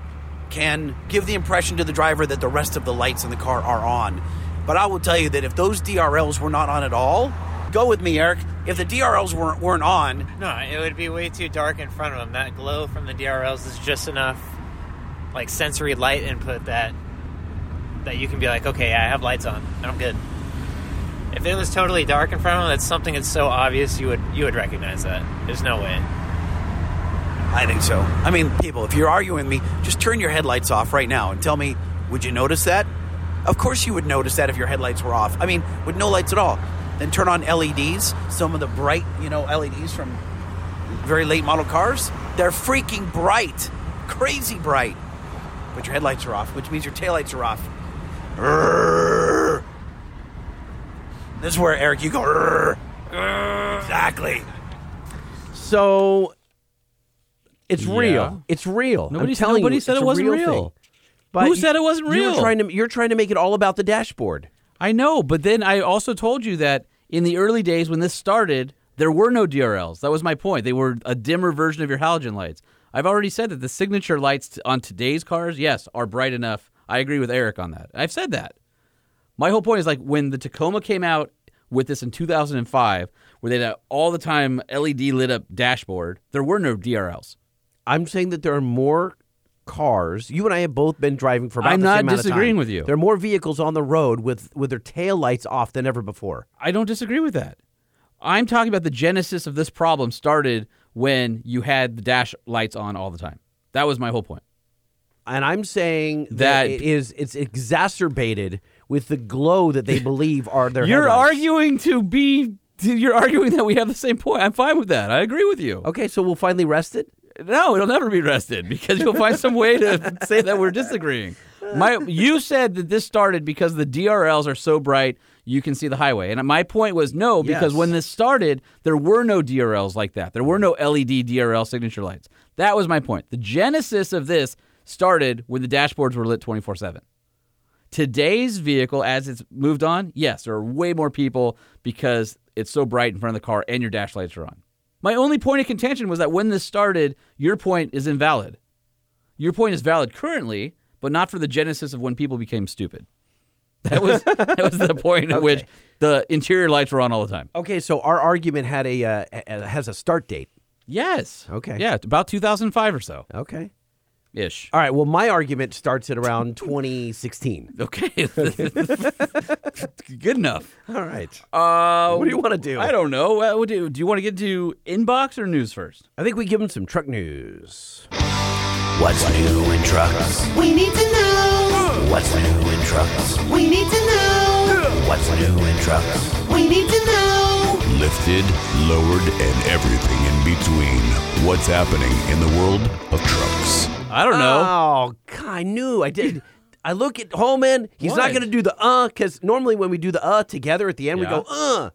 S5: can give the impression to the driver that the rest of the lights in the car are on. But I will tell you that if those DRLs were not on at all, go with me, Eric. If the DRLs weren't, weren't on,
S6: No, it would be way too dark in front of them. That glow from the DRLs is just enough, like sensory light input that that you can be like, okay, I have lights on, I'm good. If it was totally dark in front of them, that's something that's so obvious you would you would recognize that. There's no way.
S5: I think so. I mean, people, if you're arguing with me, just turn your headlights off right now and tell me, would you notice that? Of course you would notice that if your headlights were off. I mean, with no lights at all. Then turn on LEDs, some of the bright, you know, LEDs from very late model cars. They're freaking bright, crazy bright. But your headlights are off, which means your taillights are off. Rrrr. This is where, Eric, you go, "Rrrr." exactly.
S1: So it's
S2: Yeah.
S1: real. It's real.
S2: Nobody
S1: I'm
S2: said-
S1: telling
S2: nobody
S1: you,
S2: said
S1: it's
S2: it
S1: a
S2: wasn't
S1: real.
S2: real.
S1: thing. But
S2: Who
S1: you-
S2: said it wasn't
S1: You're
S2: real?
S1: trying to you're trying to make it all about the dashboard.
S2: I know, but then I also told you that in the early days when this started, there were no DRLs. That was my point. They were a dimmer version of your halogen lights. I've already said that the signature lights t- on today's cars, yes, are bright enough. I agree with Eric on that. I've said that. My whole point is like when the Tacoma came out with this in 2005, where they had a all the time LED lit up dashboard, there were no DRLs.
S1: I'm saying that there are more cars. You and I have both been driving for about
S2: I'm
S1: the
S2: not
S1: same amount of time.
S2: disagreeing with you.
S1: There are more vehicles on the road with with their tail lights off than ever before.
S2: I don't disagree with that. I'm talking about the genesis of this problem started when you had the dash lights on all the time. That was my whole point.
S1: And I'm saying that,
S2: That-
S1: it is it's exacerbated with the glow that they believe are their
S2: You're
S1: headlights.
S2: arguing to be you're arguing that we have the same point. I'm fine with that. I agree with you.
S1: Okay, so we'll finally rest it?
S2: No, it'll never be rested because you'll find some way to say that we're disagreeing. My, you said that this started because the DRLs are so bright you can see the highway, and my point was no, because
S1: Yes.
S2: when this started, there were no DRLs like that. There were no E LED DRL signature lights. That was my point. The genesis of this started when the dashboards were lit twenty four seven. Today's vehicle, as it's moved on, yes, there are way more people because it's so bright in front of the car and your dash lights are on. My only point of contention was that when this started, your point is invalid. Your point is valid currently, but not for the genesis of when people became stupid. That was that was the point at which the interior lights were on all the time.
S1: Okay, so our argument had a uh, a- has a start date.
S2: Yes.
S1: Okay.
S2: Yeah, about 2005 or so
S1: Okay.
S2: ish.
S1: All right. Well, my argument starts at around 2016.
S2: Okay. Good enough.
S1: All right.
S2: Uh,
S1: What do you wanna do?
S2: I don't know. Uh, what do, do you want to get to inbox or news first?
S1: I think we give them some truck news.
S3: What's new in trucks?
S7: We need to know.
S3: What's new in trucks?
S7: We need to know.
S3: What's new
S5: Googling truck.
S7: We need to know.
S4: Lifted, lowered, and everything in between. What's happening in the world of trucks?
S2: I don't know.
S1: Oh, God, I knew I did. I look at Holman. He's
S2: What?
S1: not going to do the uh because normally when we do the uh together at the end, we
S2: Yeah.
S1: go uh.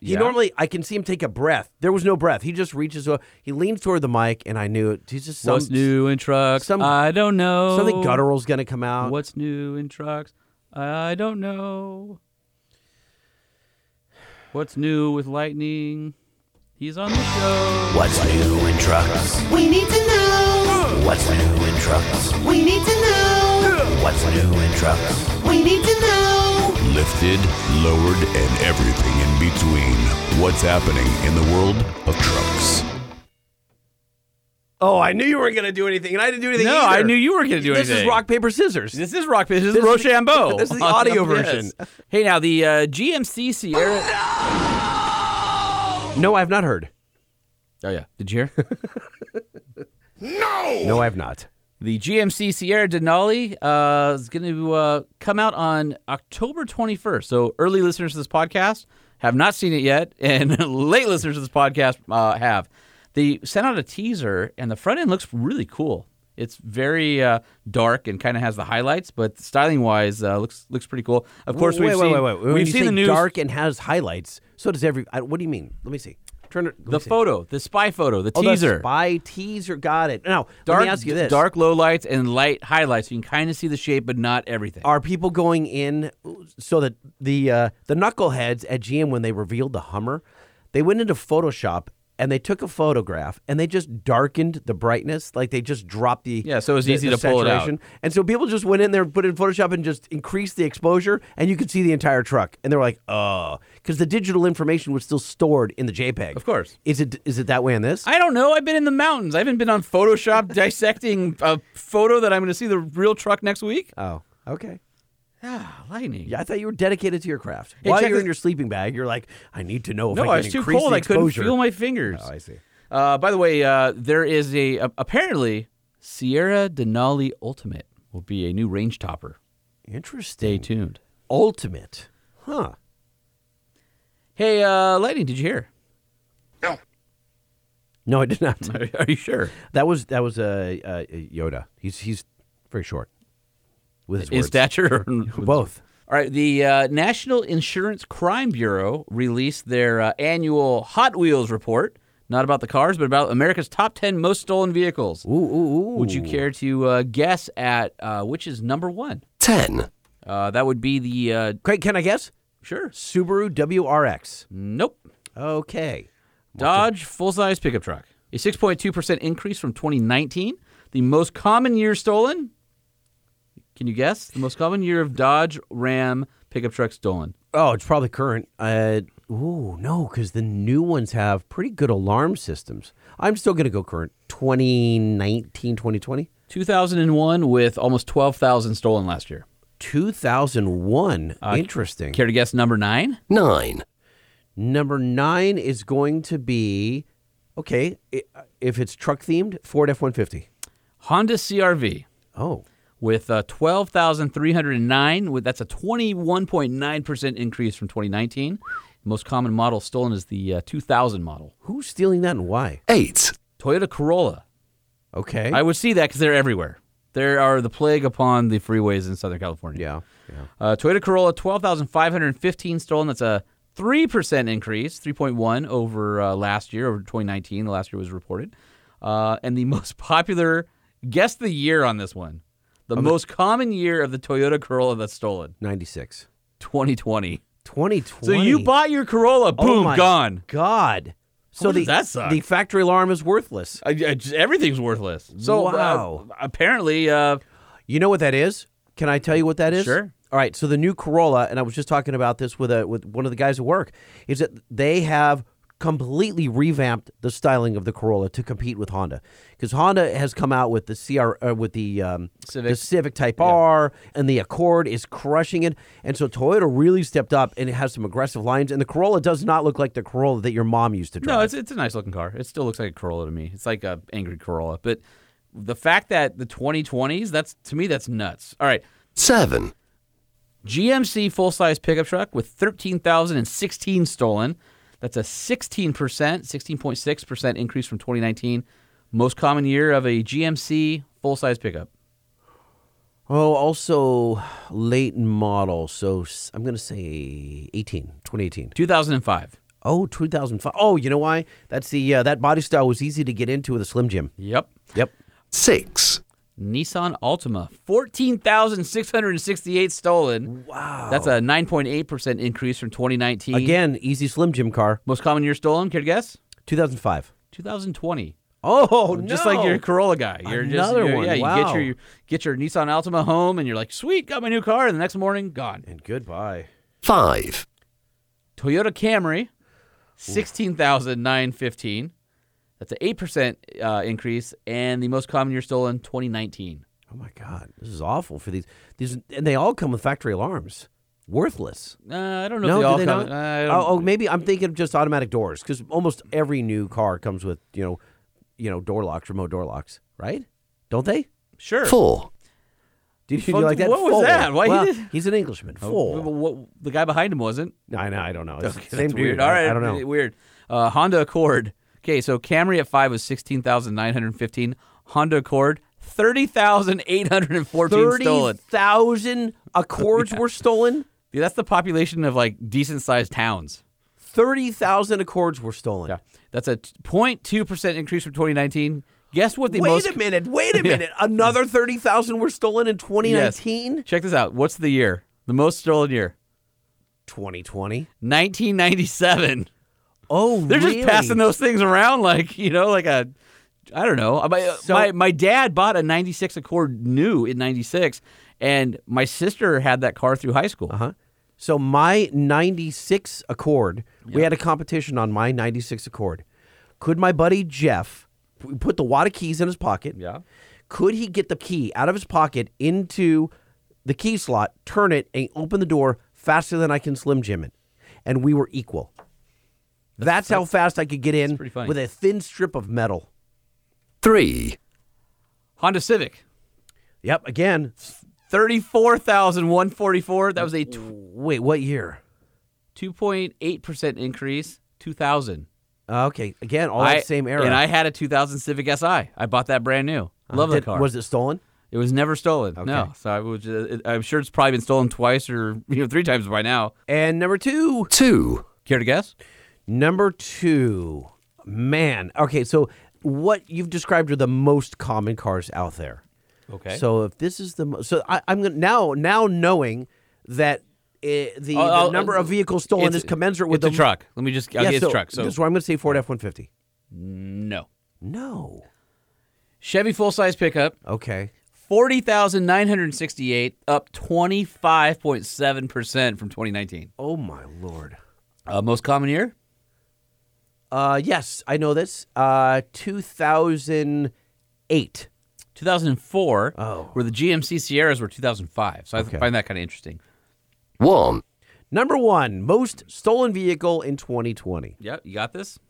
S1: He
S2: Yeah.
S1: normally I can see him take a breath. There was no breath. He just reaches. o- He leans toward the mic, and I knew it. He's just some,
S2: What's new in trucks?
S1: some-
S2: I don't know.
S1: Something guttural's going to come out.
S2: What's new in trucks? I don't know. What's new with lightning? He's on the show.
S5: What's new in trucks?
S7: We need to know.
S5: What's new in trucks?
S7: We need to know.
S5: What's new in trucks?
S7: We need to know.
S4: Lifted, lowered, and everything in between. What's happening in the world of trucks?
S1: Oh, I knew you weren't going to do anything, and I didn't do anything.
S2: No,
S1: either.
S2: I knew you weren't going to do
S1: This
S2: anything.
S1: is rock paper scissors.
S2: This is rock. This is
S1: This is-
S2: Rochambeau.
S1: this is the audio version.
S2: Hey, now the uh, GMC Sierra.
S1: no, I've not heard.
S2: Oh yeah, did you hear?
S1: No, I've not.
S2: The GMC Sierra Denali uh, is going to uh, come out on October 21st. So, early listeners to this podcast have not seen it yet, and late listeners to this podcast uh, have. They sent out a teaser, and the front end looks really cool. It's very uh, dark and kind of has the highlights, but styling wise, uh, looks looks pretty cool. Of course,
S1: wait,
S2: we've
S1: wait,
S2: seen
S1: wait, wait. When
S2: we've
S1: you
S2: seen
S1: say
S2: the news.
S1: dark and has highlights. So does every. I, what do you mean? Let me see. Turn it. let me
S2: the
S1: see.
S2: photo, the spy photo, the
S1: Oh, the
S2: teaser.
S1: spy teaser. Got it. Now,
S2: dark,
S1: let me ask you this:
S2: dark low lights and light highlights. You can kind of see the shape, but not everything.
S1: Are people going in so that the uh, the knuckleheads at GM when they revealed the Hummer, they went into Photoshop and they took a photograph and they just darkened the brightness, like they just dropped the
S2: Yeah, so it was
S1: the-
S2: easy
S1: the
S2: to pull it out.
S1: saturation. And so people just went in there, put it in Photoshop, and just increased the exposure, and you could see the entire truck. And they're like, "Oh," because the digital information was still stored in the JPEG.
S2: Of course.
S1: Is it is it that way on this?
S2: I don't know. I've been in the mountains. I haven't been on Photoshop dissecting a photo that I'm going to see the real truck next week.
S1: oh, okay.
S2: Ah, lightning.
S1: Yeah, I thought you were dedicated to your craft.
S2: Hey,
S1: While
S2: check
S1: you're in
S2: this-
S1: your sleeping bag, you're like, I need to know if
S2: No,
S1: I
S2: I
S1: can
S2: was too
S1: increase
S2: cold.
S1: the
S2: I couldn't
S1: exposure.
S2: feel my fingers.
S1: Oh, I see.
S2: Uh, by the way, uh, there is a a- apparently Sierra Denali Ultimate will be a new range topper. Stay
S1: Interesting.
S2: tuned.
S1: Ultimate. Huh.
S2: Hey, uh, lightning. Did you hear?
S1: No, I did not.
S2: Are you sure?
S1: That was that was a uh, uh, Yoda. He's he's very short. With his
S2: In
S1: words.
S2: stature. or-
S1: both.
S2: All right, the uh, National Insurance Crime Bureau released their uh, annual Hot Wheels report, not about the cars, but about America's top 10 most stolen vehicles.
S1: Ooh, ooh, ooh.
S2: Would you care to uh, guess at uh, which is number one?
S3: 10.
S2: Uh, that would be the. Uh,
S1: Craig, can I guess?
S2: sure.
S1: Subaru WRX.
S2: Nope.
S1: Okay.
S2: Dodge full size pickup truck. A 6.2% increase from 2019. The most common year stolen. Can you guess? The most common year of Dodge Ram pickup truck stolen.
S1: Oh, it's probably current. Uh, ooh, no, because the new ones have pretty good alarm systems. I'm still going to go current. 2019, 2020.
S2: 2001 with almost 12,000 stolen last year.
S1: 2001. Interesting.
S2: Care to guess number nine?
S3: 9.
S1: Number nine is going to be okay. i uh, if it's truck themed, Ford F 150.
S2: Honda CRV
S1: Oh,
S2: with uh, 12,309. With That's a 21.9% increase from 2019. The most common model stolen is the uh, 2000 model.
S1: who's stealing that and why?
S3: 8.
S2: Toyota Corolla.
S1: Okay.
S2: I would see that because they're everywhere. There are the plague upon the freeways in Southern California.
S1: yeah. yeah.
S2: Uh, Toyota Corolla, 12,515 stolen. That's a 3% increase, 3.1 over uh, last year, over 2019. The last year was reported. Uh, and the most popular, guess the year on this one. The most common year of the Toyota Corolla that's stolen,
S1: 96.
S2: 2020.
S1: 2020.
S2: So you bought your Corolla,
S1: Oh
S2: boom,
S1: my
S2: gone.
S1: God. So
S2: does
S1: the,
S2: that suck?
S1: the factory alarm is worthless.
S2: I, I just- everything's worthless. So uh,
S1: Wow.
S2: apparently, uh,
S1: You know what that is? Can I tell you what that is?
S2: Sure.
S1: All right. So the new Corolla, and I was just talking about this with a with one of the guys at work, is that they have completely revamped the styling of the Corolla to compete with Honda, because Honda has come out with the CR uh, with the um,
S2: Civic.
S1: the Civic Type R, and the Accord is crushing it, and so Toyota really stepped up, and it has some aggressive lines, and the Corolla does not look like the Corolla that your mom used to drive.
S2: No, it's it's a nice looking car. It still looks like a Corolla to me. It's like a angry Corolla, but the fact that the 2020s, that's to me that's nuts. All right.
S3: 7.
S2: GMC full size pickup truck with 13,016 stolen. That's a 16%, 16.6% increase from 2019. Most common year of a GMC full size pickup.
S1: Oh, also late model. So s- I'm going to say 18, 2018.
S2: 2005.
S1: Oh, 2005. Oh, you know why? That's the uh, that body style was easy to get into with a Slim Jim.
S2: Yep.
S1: Yep.
S4: Six.
S2: Nissan Altima, 14,668 stolen. Wow. That's a 9.8% increase from 2019.
S1: Again, easy Slim Jim car.
S2: Most common year stolen, care to guess?
S1: 2005.
S2: 2020.
S1: Oh, no.
S2: Just like your Corolla guy. You're
S1: Another
S2: just, you're-
S1: one.
S2: Yeah, you get
S1: Wow.
S2: your you get your Nissan Altima home and you're like, sweet, got my new car, and the next morning, gone.
S1: And goodbye.
S4: Five.
S2: Toyota Camry, sixteen thousand nine fifteen. That's an eight percent uh, increase, and the most common year stolen, twenty nineteen.
S1: Oh my God, this is awful for these. These and they all come with factory alarms. Worthless.
S2: Uh, I don't know
S1: No,
S2: if they
S1: do
S2: all
S1: they
S2: come.
S1: not?
S2: uh, I
S1: oh,
S2: don't-
S1: oh, maybe I'm thinking of just automatic doors because almost every new car comes with you know, you know, door locks, remote door locks, right? Don't they?
S2: sure.
S4: Full.
S1: Did you,
S2: Fuck,
S1: like that?
S2: what was
S1: Full.
S2: that? Why
S1: Well,
S2: you did- Oh,
S1: he's an Englishman.
S2: Well,
S1: Full.
S2: well, the guy behind him wasn't.
S1: I know. I don't know. It's the
S2: That's
S1: same dude.
S2: weird. All right,
S1: I, I don't know.
S2: Weird. Uh, Honda Accord. Okay, so Camry at five was sixteen thousand nine hundred fifteen. Honda Accord thirty thousand eight hundred fourteen stolen.
S1: thousand Accords were stolen.
S2: Dude, that's the population of like decent sized towns.
S1: Thirty thousand Accords were stolen.
S2: That's a 0.2 percent increase from 2019. Guess what the
S1: Wait
S2: most
S1: a minute. Wait a minute. Another thirty thousand were stolen in twenty
S2: Yes.
S1: nineteen.
S2: Check this out. What's the year? The most stolen year?
S1: 2020.
S2: 1997.
S1: Oh,
S2: They're
S1: really?
S2: just passing those things around like you know, like a. I don't know. My, uh,
S1: So-
S2: my my dad bought a '96 Accord new in '96, and my sister had that car through high school.
S1: Huh? So my 96 Accord, we had a competition on my 96 Accord. Could my buddy Jeff p- put the wad of keys in his pocket?
S2: Yeah.
S1: Could he get the key out of his pocket into the key slot, turn it, and open the door faster than I can Slim Jim it? And we were equal. That's, how fast I could get in
S2: pretty funny.
S1: with a thin strip of metal.
S4: Three.
S2: Honda Civic,
S1: Yep, again.
S2: thirty-four thousand one forty-four. That was a
S1: Wait, what year?
S2: two point eight percent increase. Two thousand.
S1: Uh, okay, again, all that same era. Uh-huh.
S2: And I had a two thousand Civic Si. I bought that brand new. Love that
S1: Did-
S2: car.
S1: Was it stolen?
S2: It was never stolen. No, so I was. Just, it, I'm sure it's probably been stolen twice or you know three times by now.
S1: And number two,
S4: Two.
S2: Care to guess?
S1: number two, man. Okay, so what you've described are the most common cars out there.
S2: Okay. So
S1: So if this is the mo- so I, I'm gonna now now knowing that it, the,
S2: I'll- I'll- uh,
S1: the number of vehicles stolen
S2: it's-
S1: is commensurate with
S2: it's a
S1: the
S2: truck. Let me just. I'll
S1: Yeah,
S2: get
S1: so
S2: it's truck. So
S1: this is where I'm gonna say Ford F-150.
S2: no.
S1: No.
S2: Chevy full size pickup
S1: Okay.
S2: forty thousand nine hundred sixty eight, up twenty five point seven percent from twenty nineteen.
S1: Oh my lord.
S2: Uh, most common year
S1: Uh, yes, I know this. Uh, 2008.
S2: two thousand four.
S1: Oh.
S2: where the GMC Sierras were two thousand five. So I find that kind of interesting.
S4: One.
S1: Number one, most stolen vehicle in 2020.
S2: Yep, you got this.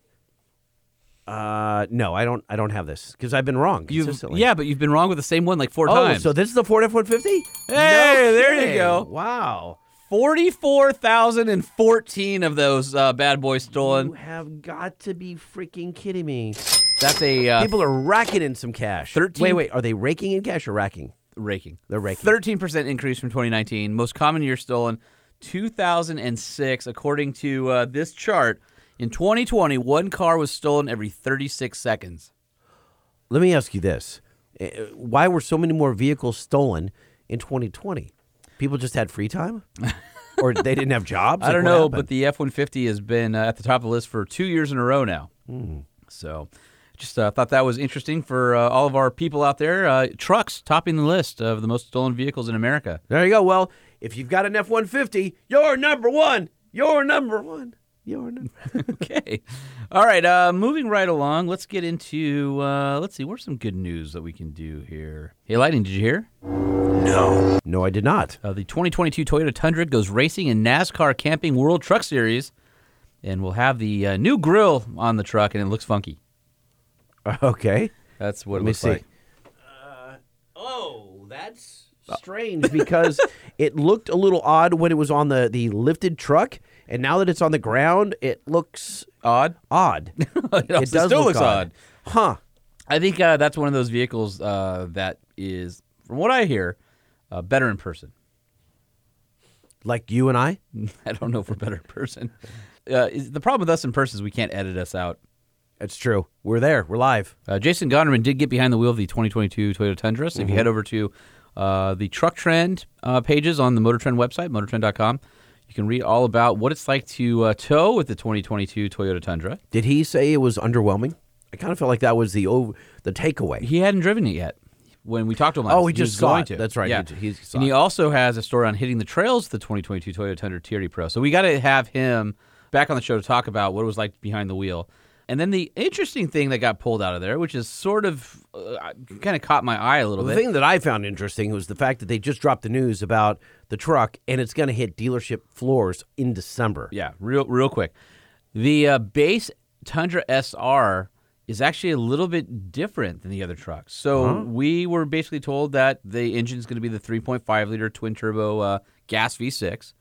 S1: Uh, no, I don't. I don't have this because I've been wrong
S2: You've,
S1: consistently.
S2: yeah, but you've been wrong with the same one like four
S1: Oh,
S2: times.
S1: so this is the Ford F one fifty. Hey,
S2: there you go.
S1: Wow,
S2: 44,014 of those uh, bad boys
S1: you
S2: stolen.
S1: have got to be freaking kidding me.
S2: That's a uh,
S1: People are racking in some cash.
S2: 13
S1: Wait, wait, are they raking in cash or racking?
S2: raking.
S1: They're raking.
S2: 13% increase from 2019. Most common year stolen, 2006. According to uh, this chart, in 2020, one car was stolen every 36 seconds.
S1: Let me ask you this: Uh, Why were so many more vehicles stolen in 2020? People just had free time, or they didn't have jobs.
S2: I
S1: Like,
S2: don't
S1: what
S2: know,
S1: happened?
S2: but the F 150 has been uh, at the top of the list for two years in a row now.
S1: Hmm.
S2: So just uh, thought that was interesting for uh, all of our people out there. Uh, trucks topping the list of the most stolen vehicles in America.
S1: There you go. Well, if you've got an F one fifty, you're number one. You're number one. You're number.
S2: Okay. All right. Uh, moving right along, let's get into. Uh, let's see. Where's some good news that we can do here? Hey, Lightning, did you hear?
S1: no, I did not.
S2: Uh, the 2022 Toyota Tundra goes racing in NASCAR Camping World Truck Series, and we'll have the uh, new grill on the truck, and it looks funky.
S1: Okay.
S2: That's what
S1: Let
S2: it
S1: me
S2: looks
S1: see.
S2: like.
S1: Uh, Oh, that's strange because it looked a little odd when it was on the, the lifted truck, and now that it's on the ground, it looks
S2: Odd.
S1: odd.
S2: it still looks odd.
S1: huh?
S2: I think uh, that's one of those vehicles uh, that is, from what I hear, uh, better in person.
S1: Like you and I.
S2: I don't know if we're better in person. Uh, is, the problem with us in person is we can't edit us out.
S1: That's true. We're there. We're live.
S2: Uh, Jason Gonerman did get behind the wheel of the 2022 Toyota Tundra. So if
S1: Mm-hmm.
S2: you head over to uh, the Truck Trend uh, pages on the Motor Trend website, motortrend.com, you can read all about what it's like to uh, tow with the 2022 Toyota Tundra.
S1: Did he say it was underwhelming? I kind of felt like that was the over, the takeaway.
S2: He hadn't driven it yet when we talked to him.
S1: Oh,
S2: last.
S1: he just
S2: was
S1: saw
S2: going
S1: it.
S2: to.
S1: That's right.
S2: Yeah.
S1: He- he saw
S2: and he
S1: it.
S2: also has a story on hitting the trails of the 2022 Toyota Tundra TRD Pro. So we got to have him back on the show to talk about what it was like behind the wheel. And then the interesting thing that got pulled out of there, which is sort of uh, kind of caught my eye a little
S1: The
S2: bit.
S1: thing that I found interesting was the fact that they just dropped the news about the truck and it's going to hit dealership floors in December.
S2: Yeah, real real quick. The uh, base Tundra SR is actually a little bit different than the other trucks. So we were basically told that the engine is going to be the 3.5 liter twin turbo uh, gas V6,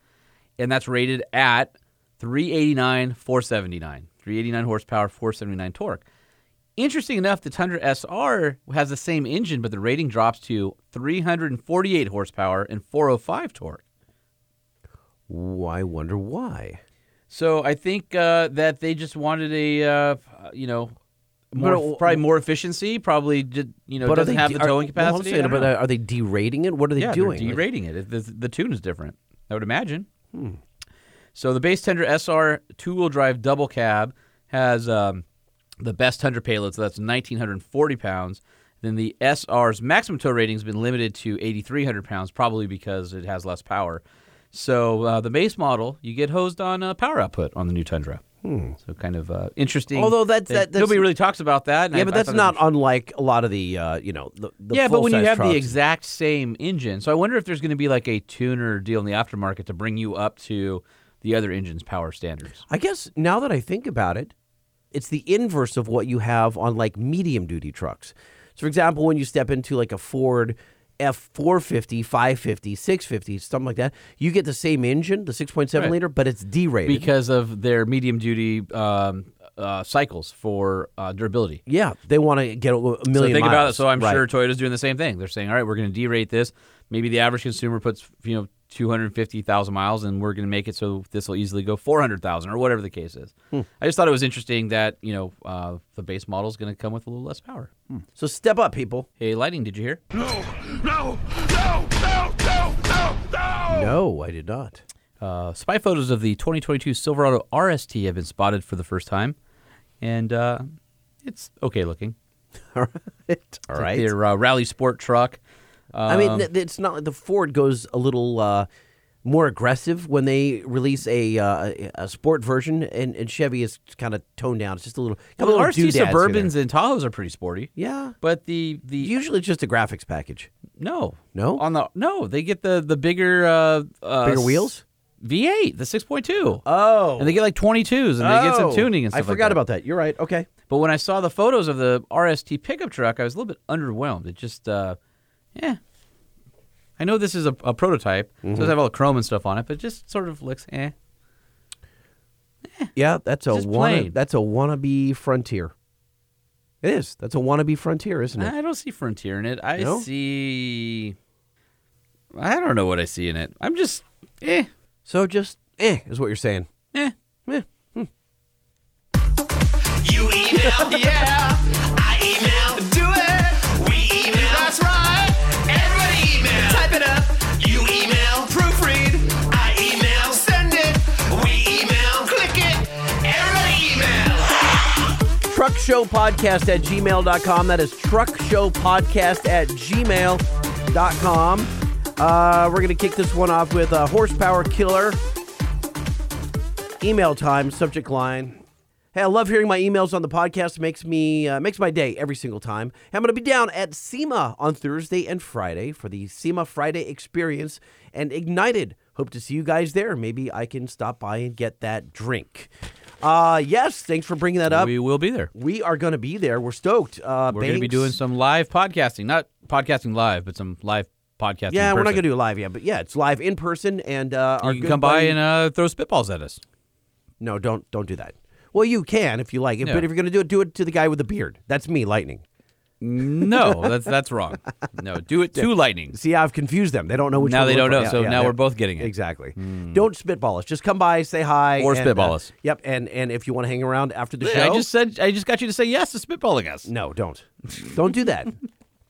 S2: and that's rated at 389 479, 389 horsepower, 479 torque. Interesting enough, the Tundra SR has the same engine, but the rating drops to 348 horsepower and 405 torque.
S1: Why wonder why?
S2: So I think uh, that they just wanted a, uh, you know, more,
S1: But it-
S2: probably more efficiency. Probably, did, you know, doesn't have the
S1: are-
S2: towing
S1: well, I'm
S2: capacity. I
S1: saying,
S2: don't
S1: but
S2: know.
S1: uh, are they derating it? What are they
S2: yeah,
S1: doing?
S2: they're derating it. It- The, the tune is different. I would imagine.
S1: Hmm.
S2: So the base Tundra SR two-wheel drive double cab has um, the best Tundra payload, so that's 1,940 pounds. Then the SR's maximum tow rating has been limited to 8,300 pounds, probably because it has less power. So uh, the base model, you get hosed on uh, power output on the new Tundra. So kind of uh, interesting.
S1: Hmm. Although that's-
S2: that,
S1: that- that's-
S2: nobody really talks about that. and
S1: yeah,
S2: I-
S1: but
S2: I
S1: that's
S2: thought it
S1: not
S2: was
S1: unlike a lot of the uh, you know the, the
S2: yeah, but when you
S1: full-size
S2: have the
S1: trucks.
S2: exact same engine, so I wonder if there's going to be like a tuner deal in the aftermarket to bring you up to the other engine's power standards.
S1: I guess now that I think about it, it's the inverse of what you have on like medium duty trucks. So, for example, when you step into like a Ford F450, 550, 650, something like that, you get the same engine, the 6.7
S2: Right.
S1: liter, but it's derated.
S2: Because of their medium duty um, uh, cycles for uh, durability.
S1: yeah, they want to get a a
S2: So
S1: million
S2: think about it.
S1: miles.
S2: So I'm
S1: Right.
S2: sure Toyota's doing the same thing. They're saying, all right, we're going to derate this. Maybe the average consumer puts you know 250,000 miles, and we're going to make it so this will easily go 400,000 or whatever the case is.
S1: Hmm.
S2: I just thought it was interesting that you know uh, the base model is going to come with a little less power.
S1: So step up, people.
S2: Hey, lighting, did you hear?
S1: No, I did not.
S2: Uh, spy photos of the 2022 Silverado RST have been spotted for the first time, and uh, it's okay looking.
S1: All right. All right.
S2: Their uh, rally sport truck.
S1: I mean, th- it's not like the Ford goes a little uh, more aggressive when they release a uh, a- a sport version, and, and Chevy is kind of toned down. It's just a little.
S2: Well,
S1: got a little
S2: RST
S1: doodads in there.
S2: Suburbans and Tahoes are pretty sporty.
S1: Yeah.
S2: but the the
S1: Usually it's just a graphics package.
S2: no
S1: No?
S2: on the no they get the the bigger uh, uh,
S1: Bigger
S2: s-
S1: wheels?
S2: V8 the 6.2
S1: Oh.
S2: and they get like 22s and they get some tuning and
S1: I
S2: stuff.
S1: forgot
S2: like that.
S1: about that. You're right. Okay.
S2: But when I saw the photos of the RST pickup truck, I was a little bit underwhelmed. It just, uh, yeah. I know this is a, a prototype, so it
S1: Mm-hmm.
S2: doesn't have all the chrome and stuff on it, but it just sort of looks eh.
S1: Yeah, that's a
S2: Just
S1: wanna,
S2: plain.
S1: that's a wannabe frontier. It is. That's a wannabe frontier, isn't it?
S2: I don't see Frontier in it. I
S1: No?
S2: see. I don't know what I see in it. I'm just eh,
S1: so just eh is what you're saying.
S2: eh.
S1: Eh.
S3: You email, yeah. I email, do it. We email, that's right. Everybody email, type it up. You email, proofread. I email, send it. We email, click it. Everybody email.
S1: truckshowpodcast at gmail.com. That is truckshowpodcast at gmail.com. Uh, we're going to kick this one off with a horsepower killer. Email time, subject line. Hey, I love hearing my emails on the podcast. Makes me uh, makes my day every single time. I'm going to be down at SEMA on Thursday and Friday for the SEMA Friday Experience and Ignited. Hope to see you guys there. Maybe I can stop by and get that drink. Uh, yes, thanks for bringing that up
S2: We will be there.
S1: we are going to be there. We're stoked. Uh,
S2: We're going to be
S1: Banks-
S2: doing some live podcasting, not podcasting live, but some live podcast. in
S1: Yeah, we're not
S2: person.
S1: going to do it live yet, but yeah, it's live in person, and uh, our
S2: You
S1: good
S2: can come by
S1: buddy-
S2: and uh, throw spitballs at us.
S1: no, don't don't do that. Well, you can if you like, it,
S2: Yeah.
S1: but if you're going to do it, do it to the guy with the beard. That's me, Lightning.
S2: No, that's that's wrong. No, do it to lightning.
S1: See, I've confused them. They don't know which.
S2: Now
S1: one
S2: they
S1: to look
S2: don't
S1: for.
S2: know, so now
S1: they're-
S2: we're both getting it. Hmm.
S1: Exactly. Don't spitball us. Just come by, say hi,
S2: Or
S1: and, uh,
S2: spitball us.
S1: Yep, and and if you want to hang around after the
S2: I
S1: show,
S2: just said I just got you to say yes to spitballing us.
S1: no, don't, don't do that.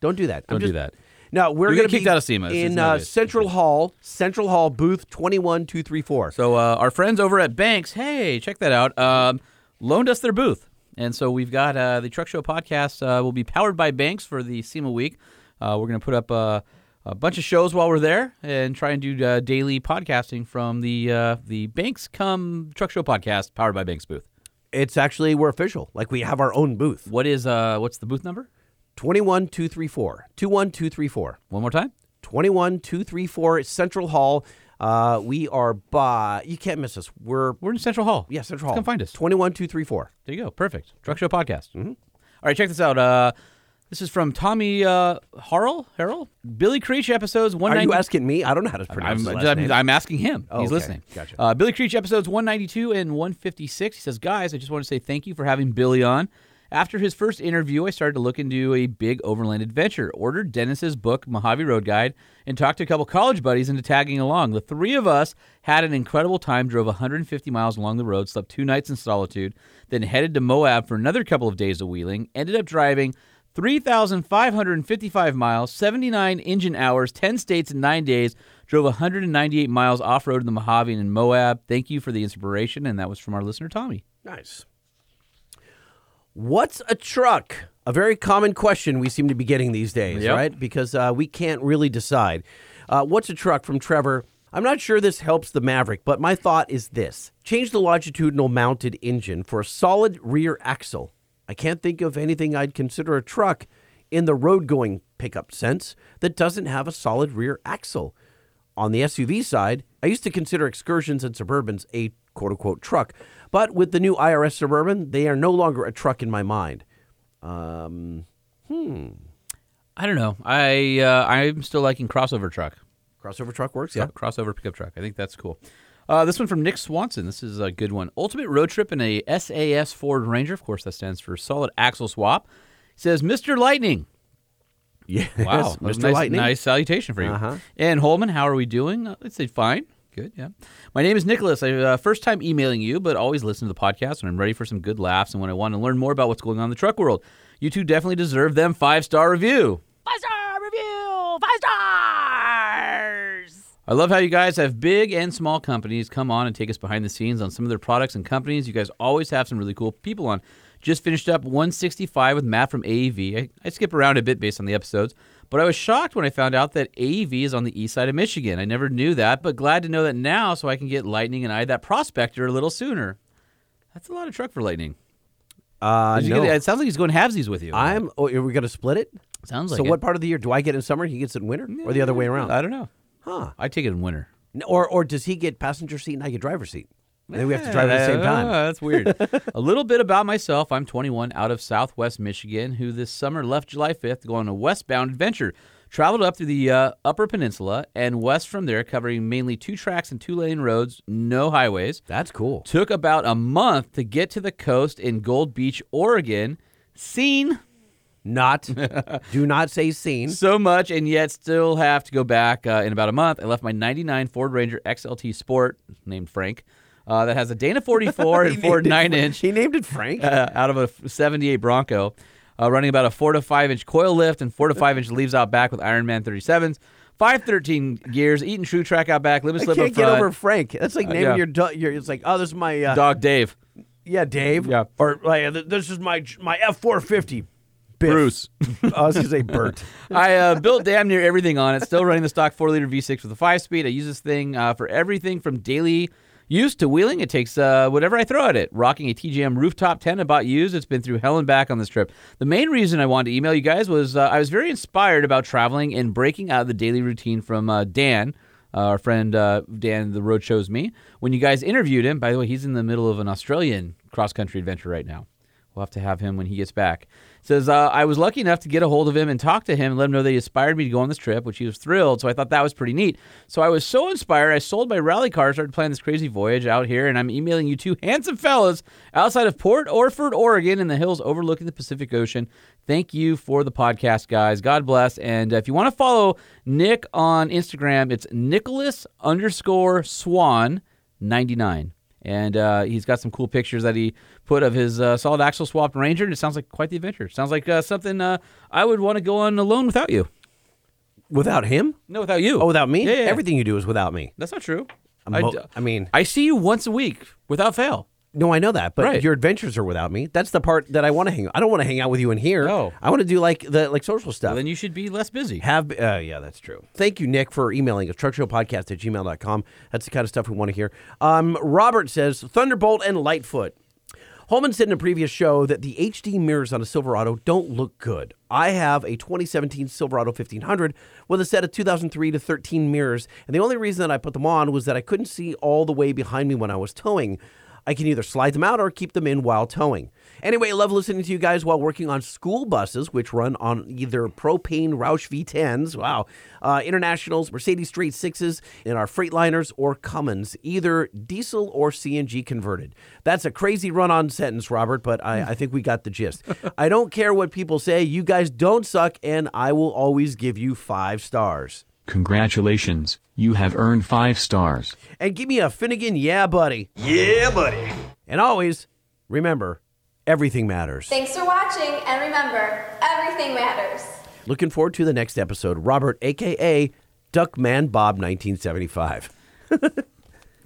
S1: Don't do that. I'm
S2: Don't do
S1: just-
S2: that.
S1: No, we're
S2: You're
S1: going
S2: gonna
S1: to
S2: kicked out of SEMA. It's- it's
S1: in
S2: no
S1: uh,
S2: good.
S1: Central Hall, Central Hall, booth twenty one two three four.
S2: So uh, our friends over at Banks, hey, check that out. Um, loaned us their booth, and so we've got uh, the Truck Show podcast uh, will be powered by Banks for the SEMA week. Uh, we're going to put up uh, a bunch of shows while we're there and try and do uh, daily podcasting from the uh, the Banks Come Truck Show podcast powered by Banks booth.
S1: It's actually we're official. Like we have our own booth.
S2: What is uh, what's the booth number?
S1: 21234. 21234.
S2: One more time.
S1: 21234 it's Central Hall. Uh, we are by, you can't miss us. We're,
S2: We're in Central Hall.
S1: yeah, Central Hall.
S2: Come find us.
S1: 21234.
S2: There you go. Perfect. Truck Show Podcast. Mm-hmm. All right, check this out. Uh, this is from Tommy uh, Harrell. Harrell? Billy Creech episodes
S1: Are
S2: 190.
S1: you asking me? I don't know how to pronounce
S2: I'm,
S1: his last
S2: I'm,
S1: name. Oh,
S2: I'm asking him. He's
S1: okay.
S2: listening.
S1: Gotcha.
S2: Uh, Billy Creech episodes 192 and 156. He says, Guys, I just want to say thank you for having Billy on. After his first interview, I started to look into a big overland adventure, ordered Dennis's book, Mojave Road Guide, and talked to a couple college buddies into tagging along. The three of us had an incredible time, drove 150 miles along the road, slept two nights in solitude, then headed to Moab for another couple of days of wheeling, ended up driving 3,555 miles, 79 engine hours, 10 states in nine days, drove 198 miles off road in the Mojave and in Moab. Thank you for the inspiration. And that was from our listener, Tommy.
S1: nice. What's a truck? A very common question we seem to be getting these days,
S2: Yep.
S1: right? Because uh, we can't really decide. Uh, what's a truck from Trevor? I'm not sure this helps the Maverick, but my thought is this change the longitudinal mounted engine for a solid rear axle. I can't think of anything I'd consider a truck in the road going pickup sense that doesn't have a solid rear axle. On the SUV side, I used to consider excursions and suburbans a quote unquote truck, but with the new IRS suburban, they are no longer a truck in my mind. Um,
S2: I don't know. I uh, I'm still liking crossover truck,
S1: crossover truck works, yeah.
S2: crossover pickup truck. I think that's cool. Uh, this one from Nick Swanson. This is a good one. Ultimate road trip in a SAS Ford Ranger. Of course, that stands for solid axle swap. Says Mr. Lightning.
S1: Yes,
S2: Wow,
S1: Mr.
S2: Nice,
S1: Lightning.
S2: nice salutation for you.
S1: Uh-huh.
S2: And Holman, how are we doing? Uh, I'd say fine. Good, yeah. My name is Nicholas. I uh, first time emailing you, but always listen to the podcast when I'm ready for some good laughs and when I want to learn more about what's going on in the truck world. You two definitely deserve them five star review.
S8: Five star review! Five stars!
S2: I love how you guys have big and small companies come on and take us behind the scenes on some of their products and companies. You guys always have some really cool people on. Just finished up 165 with Matt from AEV. I, I skip around a bit based on the episodes, but I was shocked when I found out that AEV is on the east side of Michigan. I never knew that, but glad to know that now so I can get Lightning and I that prospector a little sooner. That's a lot of truck for Lightning.
S1: Uh,
S2: Did you
S1: no.
S2: get- it sounds like he's going halvesies with you.
S1: I'm. Oh, are we going to split it?
S2: sounds like
S1: so
S2: it.
S1: what part of the year do I get in summer? He gets it in winter, or the other way around?
S2: I don't know.
S1: huh?
S2: I take it in winter.
S1: N- Or or does he get passenger seat and I get driver's seat? And then we have to drive at the same
S2: Yeah,
S1: time.
S2: Oh, that's weird. a little bit about myself. I'm 21 out of Southwest Michigan, who this summer left July 5th to go on a westbound adventure. Traveled up through the uh, Upper Peninsula and west from there, covering mainly two tracks and two lane roads, no highways.
S1: That's cool.
S2: Took about a month to get to the coast in Gold Beach, Oregon. Seen
S1: Not. do not say scene.
S2: so much and yet still have to go back uh, in about a month. I left my 99 Ford Ranger XLT Sport, named Frank, uh, that has a Dana 44 and Ford 9 inch.
S1: He named it Frank.
S2: uh, out of a 78 Bronco, uh, running about a four to five inch coil lift and four to five inch leaves out back with Iron Man 37s, 513 gears, eating true track out back, limit
S1: I
S2: slip
S1: can't
S2: up
S1: get
S2: front,
S1: over Frank. That's like naming
S2: yeah.
S1: your dog. Your, it's like, oh, this is my uh,
S2: dog Dave,
S1: Yeah, Dave.
S2: Yeah.
S1: Or like, th- this is my my F four fifty.
S2: Bruce.
S1: I was gonna say Bert.
S2: I uh, built damn near everything on it. Still running the stock four liter V6 with a five speed. I use this thing uh, for everything from daily use to wheeling. It takes uh, whatever I throw at it. Rocking a TGM rooftop 10 about used. It's been through hell and back on this trip. The main reason I wanted to email you guys was uh, I was very inspired about traveling and breaking out of the daily routine from uh, Dan. Uh, our friend uh, Dan, the road shows me when you guys interviewed him. By the way, he's in the middle of an Australian cross country adventure right now We'll have to have him when he gets back. Says, uh, I was lucky enough to get a hold of him and talk to him and let him know that he inspired me to go on this trip, which he was thrilled. So I thought that was pretty neat. So I was so inspired, I sold my rally car, started planning this crazy voyage out here, and I'm emailing you two handsome fellas outside of Port Orford, Oregon, in the hills overlooking the Pacific Ocean. Thank you for the podcast, guys. God bless. And uh, if you want to follow Nick on Instagram, it's Nicholas underscore Swan 99 and uh, he's got some cool pictures that he put of his uh, solid axle swapped Ranger, and it sounds like quite the adventure. Sounds like uh, something uh, I would want to go on alone without you.
S1: Without him?
S2: No, without you.
S1: Oh, without me?
S2: Yeah, yeah, yeah.
S1: Everything you do is without me.
S2: That's not true.
S1: I'm
S2: I
S1: mo-
S2: d-
S1: I mean,
S2: I see you once a week without fail.
S1: no, I know that, but
S2: Right.
S1: your adventures are without me. That's the part that I want to hang. I don't want to hang out with you in here.
S2: No.
S1: I want to do like the like social stuff.
S2: Then you should be less busy.
S1: Have uh, yeah, that's true. Thank you, Nick, for emailing us. Truckshowpodcast at gmail.com. That's the kind of stuff we want to hear. Um, Robert says Thunderbolt and Lightfoot. Holman said in a previous show that the HD mirrors on a Silverado don't look good. I have a 2017 Silverado 1500 with a set of 2003 to 13 mirrors, and the only reason that I put them on was that I couldn't see all the way behind me when I was towing. I can either slide them out or keep them in while towing. Anyway, I love listening to you guys while working on school buses, which run on either propane Roush V10s, wow, uh, internationals, Mercedes Straight Sixes, and our Freightliners or Cummins, either diesel or CNG converted. That's a crazy run-on sentence, Robert, but I, I think we got the gist. I don't care what people say. You guys don't suck, and I will always give you five stars.
S9: Congratulations, you have earned 5 stars.
S1: And give me a Finnegan, yeah, buddy.
S3: Yeah, buddy.
S1: And always remember, everything matters.
S10: Thanks for watching, and remember, everything matters.
S1: Looking forward to the next episode. Robert, aka Duckman Bob, nineteen seventy five.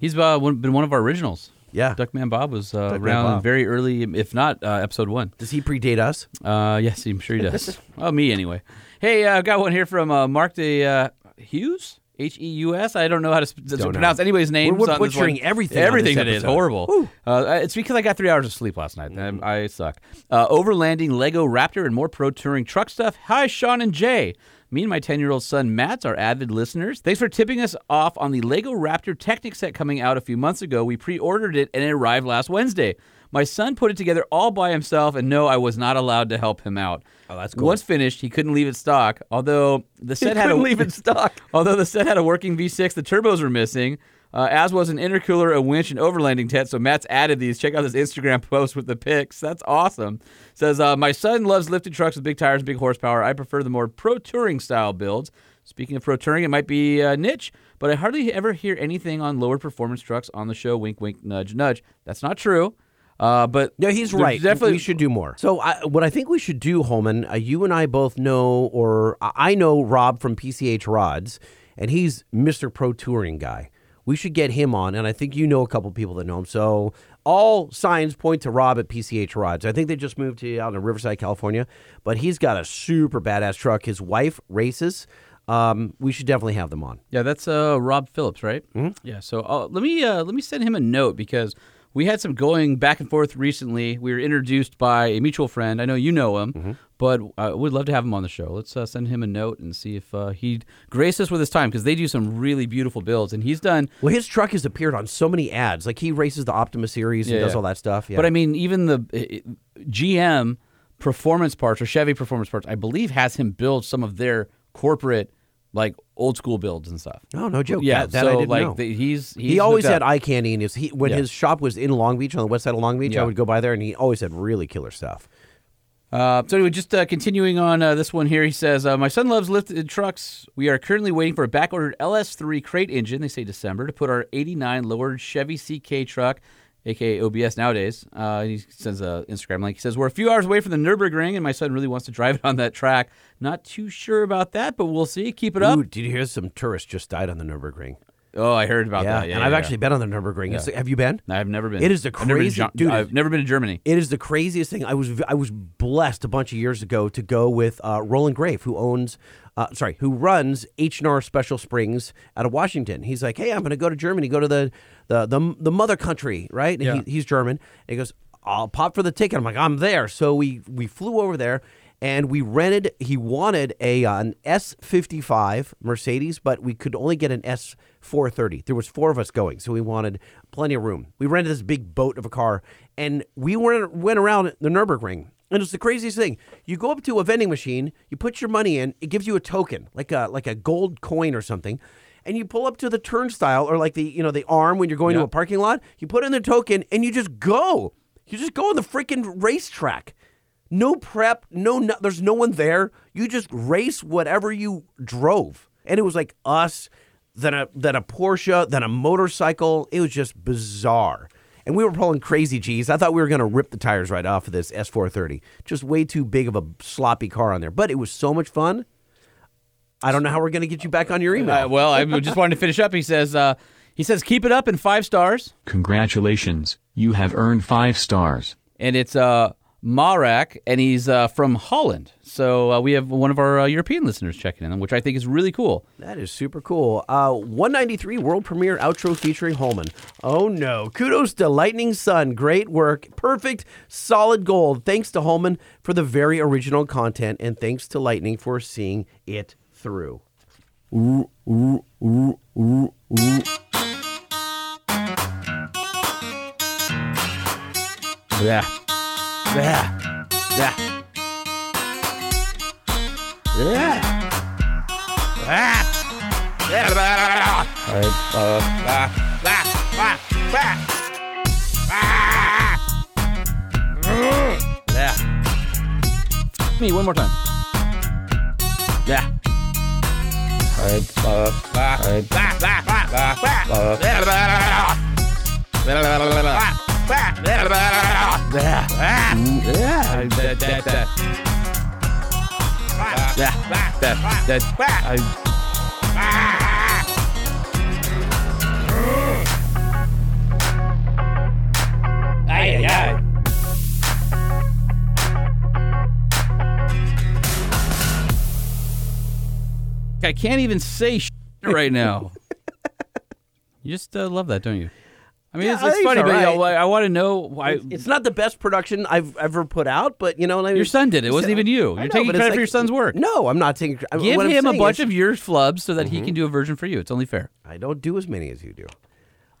S2: He's uh, one, been one of our originals.
S1: Yeah.
S2: Duckman Bob was uh,
S1: Duckman
S2: around
S1: Bob.
S2: very early, if not uh, episode one.
S1: Does he predate us?
S2: Uh, yes, I'm sure he does. well, me anyway. Hey, uh, I've got one here from uh, Mark de uh, Hughes. H E U S. I don't know how to, sp- to
S1: know.
S2: pronounce anybody's name.
S1: We're- we're butchering everything on this
S2: Everything that is
S1: episode.
S2: horrible. Uh, it's because I got three hours of sleep last night. I, I suck. Uh, overlanding, Lego Raptor, and more pro touring truck stuff. Hi, Sean and Jay. Me and my 10 year old son Matt's are avid listeners. Thanks for tipping us off on the Lego Raptor Technic set coming out a few months ago. We pre ordered it and it arrived last Wednesday. My son put it together all by himself, and no, I was not allowed to help him out. Oh, that's cool. Once finished, he couldn't leave it stock. Although the set had
S1: couldn't
S2: a,
S1: leave it stock.
S2: Although the set had a working V6, the turbos were missing, uh, as was an intercooler, a winch, and overlanding tent. So Matt's added these. Check out this Instagram post with the pics. That's awesome. Says uh, my son loves lifted trucks with big tires and big horsepower. I prefer the more pro touring style builds. Speaking of pro touring, it might be uh, niche, but I hardly ever hear anything on lower performance trucks on the show. Wink, wink, nudge, nudge. That's not true. Uh, but
S1: No, he's
S2: there's
S1: right.
S2: Definitely,
S1: we should do more. So, I, what I think we should do, Holman, uh, you and I both know, or I- I know Rob from PCH Rods, and he's Mr. Pro Touring guy. We should get him on, and I think you know a couple people that know him. So, all signs point to Rob at PCH Rods. I think they just moved to out in Riverside, California, but he's got a super badass truck. His wife races. Um, we should definitely have them on.
S2: Yeah, that's uh, Rob Phillips, right? Mm-hmm. Yeah. So uh, let me uh, let me send him a note because we had some going back and forth recently. We were introduced by a mutual friend. I know you know him,
S1: Mm-hmm.
S2: but uh, we'd love to have him on the show. Let's uh, send him a note and see if uh, he'd grace us with his time because they do some really beautiful builds, and he's done.
S1: Well, his truck has appeared on so many ads. Like he races the Optima series and
S2: Yeah,
S1: does
S2: yeah.
S1: all that stuff. Yeah.
S2: But I mean, even the uh, uh, GM performance parts or Chevy performance parts, I believe, has him build some of their corporate like old school builds and stuff.
S1: Oh, No, no joke.
S2: Yeah,
S1: that, that
S2: so
S1: I didn't
S2: like
S1: know.
S2: the- he's, he's
S1: he always
S2: hooked
S1: had
S2: up.
S1: eye candy in his. He, when
S2: Yeah.
S1: his shop was in Long Beach on the west side of Long Beach, I
S2: Yeah.
S1: would go by there, and he always had really killer stuff.
S2: Uh, so anyway, just uh, continuing on uh, this one here, he says, uh, "My son loves lifted trucks. We are currently waiting for a back-ordered LS3 crate engine. They say December to put our '89 lowered Chevy CK truck, aka OBS nowadays." Uh, he sends a Instagram link. He says, "We're a few hours away from the Nurburgring, and my son really wants to drive it on that track. Not too sure about that, but we'll see. Keep it up."
S1: Ooh, did you hear some tourists just died on the Nurburgring?
S2: oh, I heard about that. Yeah,
S1: and
S2: yeah,
S1: I've
S2: yeah.
S1: actually been on the Nurburgring. It's- have you been?
S2: I've never been.
S1: It is the
S2: I've never been to
S1: crazy-
S2: Ger-
S1: dude,
S2: I've never been to Germany.
S1: It is the craziest thing. I was I was blessed a bunch of years ago to go with uh, Roland Grave, who owns, uh, sorry, who runs H and R Special Springs out of Washington. He's like, hey, I'm going to go to Germany, go to the the the, the mother country, right? And
S2: Yeah.
S1: he, he's German. And he goes, I'll pop for the ticket. I'm like, I'm there. So we we flew over there. and we rented. He wanted a uh, an S55 Mercedes, but we could only get an S430. There was four of us going, so we wanted plenty of room. We rented this big boat of a car, and we went went around the Nurburgring. And it's the craziest thing. You go up to a vending machine, you put your money in, it gives you a token, like a like a gold coin or something. And you pull up to the turnstile or like the you know the arm when you're going to a parking lot. You put in the token and you just go. You just go on the freaking racetrack. No prep, no, no there's no one there. You just race whatever you drove. And it was like us, then a then a Porsche, then a motorcycle. It was just bizarre. And we were pulling crazy G's. I thought we were going to rip the tires right off of this S430. Just way too big of a sloppy car on there. But it was so much fun. I don't know how we're going to get you back on your email.
S2: Uh, well, I just wanted to finish up. He says, uh, he says, keep it up in five stars.
S9: Congratulations, you have earned 5 stars.
S2: And it's uh, Marak, and he's uh, from Holland. So uh, we have one of our uh, European listeners checking in, which I think is really cool.
S1: That is super cool. Uh, 193 world premiere outro featuring Holman. Oh no. Kudos to Lightning Sun. Great work. Perfect. Solid gold. Thanks to Holman for the very original content, and thanks to Lightning for seeing it through.
S2: Yeah. Yeah. Yeah. Yeah. Yeah. Me one more time. Yeah. I can't even say shit right now. you just uh, love that, don't you? I mean,
S1: Yeah,
S2: it's,
S1: I
S2: it's
S1: think
S2: funny,
S1: it's
S2: but you
S1: all
S2: know, I, I want to know why
S1: It's not the best production I've ever put out, but you know what I mean?
S2: your son did it. It wasn't even you. You're
S1: I know,
S2: taking
S1: but it's
S2: credit for
S1: like-
S2: your son's work.
S1: No, I'm not taking. I-
S2: Give
S1: what I'm
S2: him a
S1: saying
S2: bunch
S1: is- Mm-hmm.
S2: of your flubs so that he can do a version for you. It's only fair.
S1: I don't do as many as you do.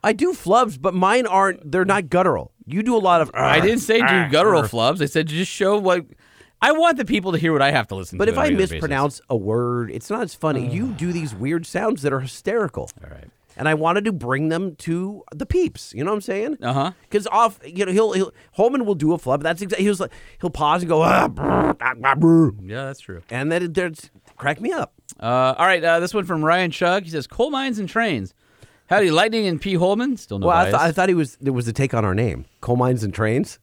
S1: I do flubs, but mine aren't. They're not guttural. You do a lot of.
S2: I didn't say do guttural flubs. I said just show what. I want the people to hear what I have to listen
S1: But
S2: to.
S1: if
S2: on a
S1: I
S2: regular basis.
S1: mispronounce a word, it's not as funny. you do these weird sounds that are hysterical. All
S2: right.
S1: And I wanted to bring them to the peeps. You know what I'm saying?
S2: Uh-huh.
S1: Because off, you know, he'll, he'll Holman will do a flub. That's exactly. He was like, he'll pause and go, ah, brr, ah, ah, brr,"
S2: yeah, that's true.
S1: and then it, there's crack me up.
S2: Uh, all right, uh, this one from Ryan Chug. He says coal mines and trains. Howdy, Lightning and P. Holman. Still no
S1: well, I, th-
S2: bias.
S1: I thought he was there was a take on our name, coal mines and trains.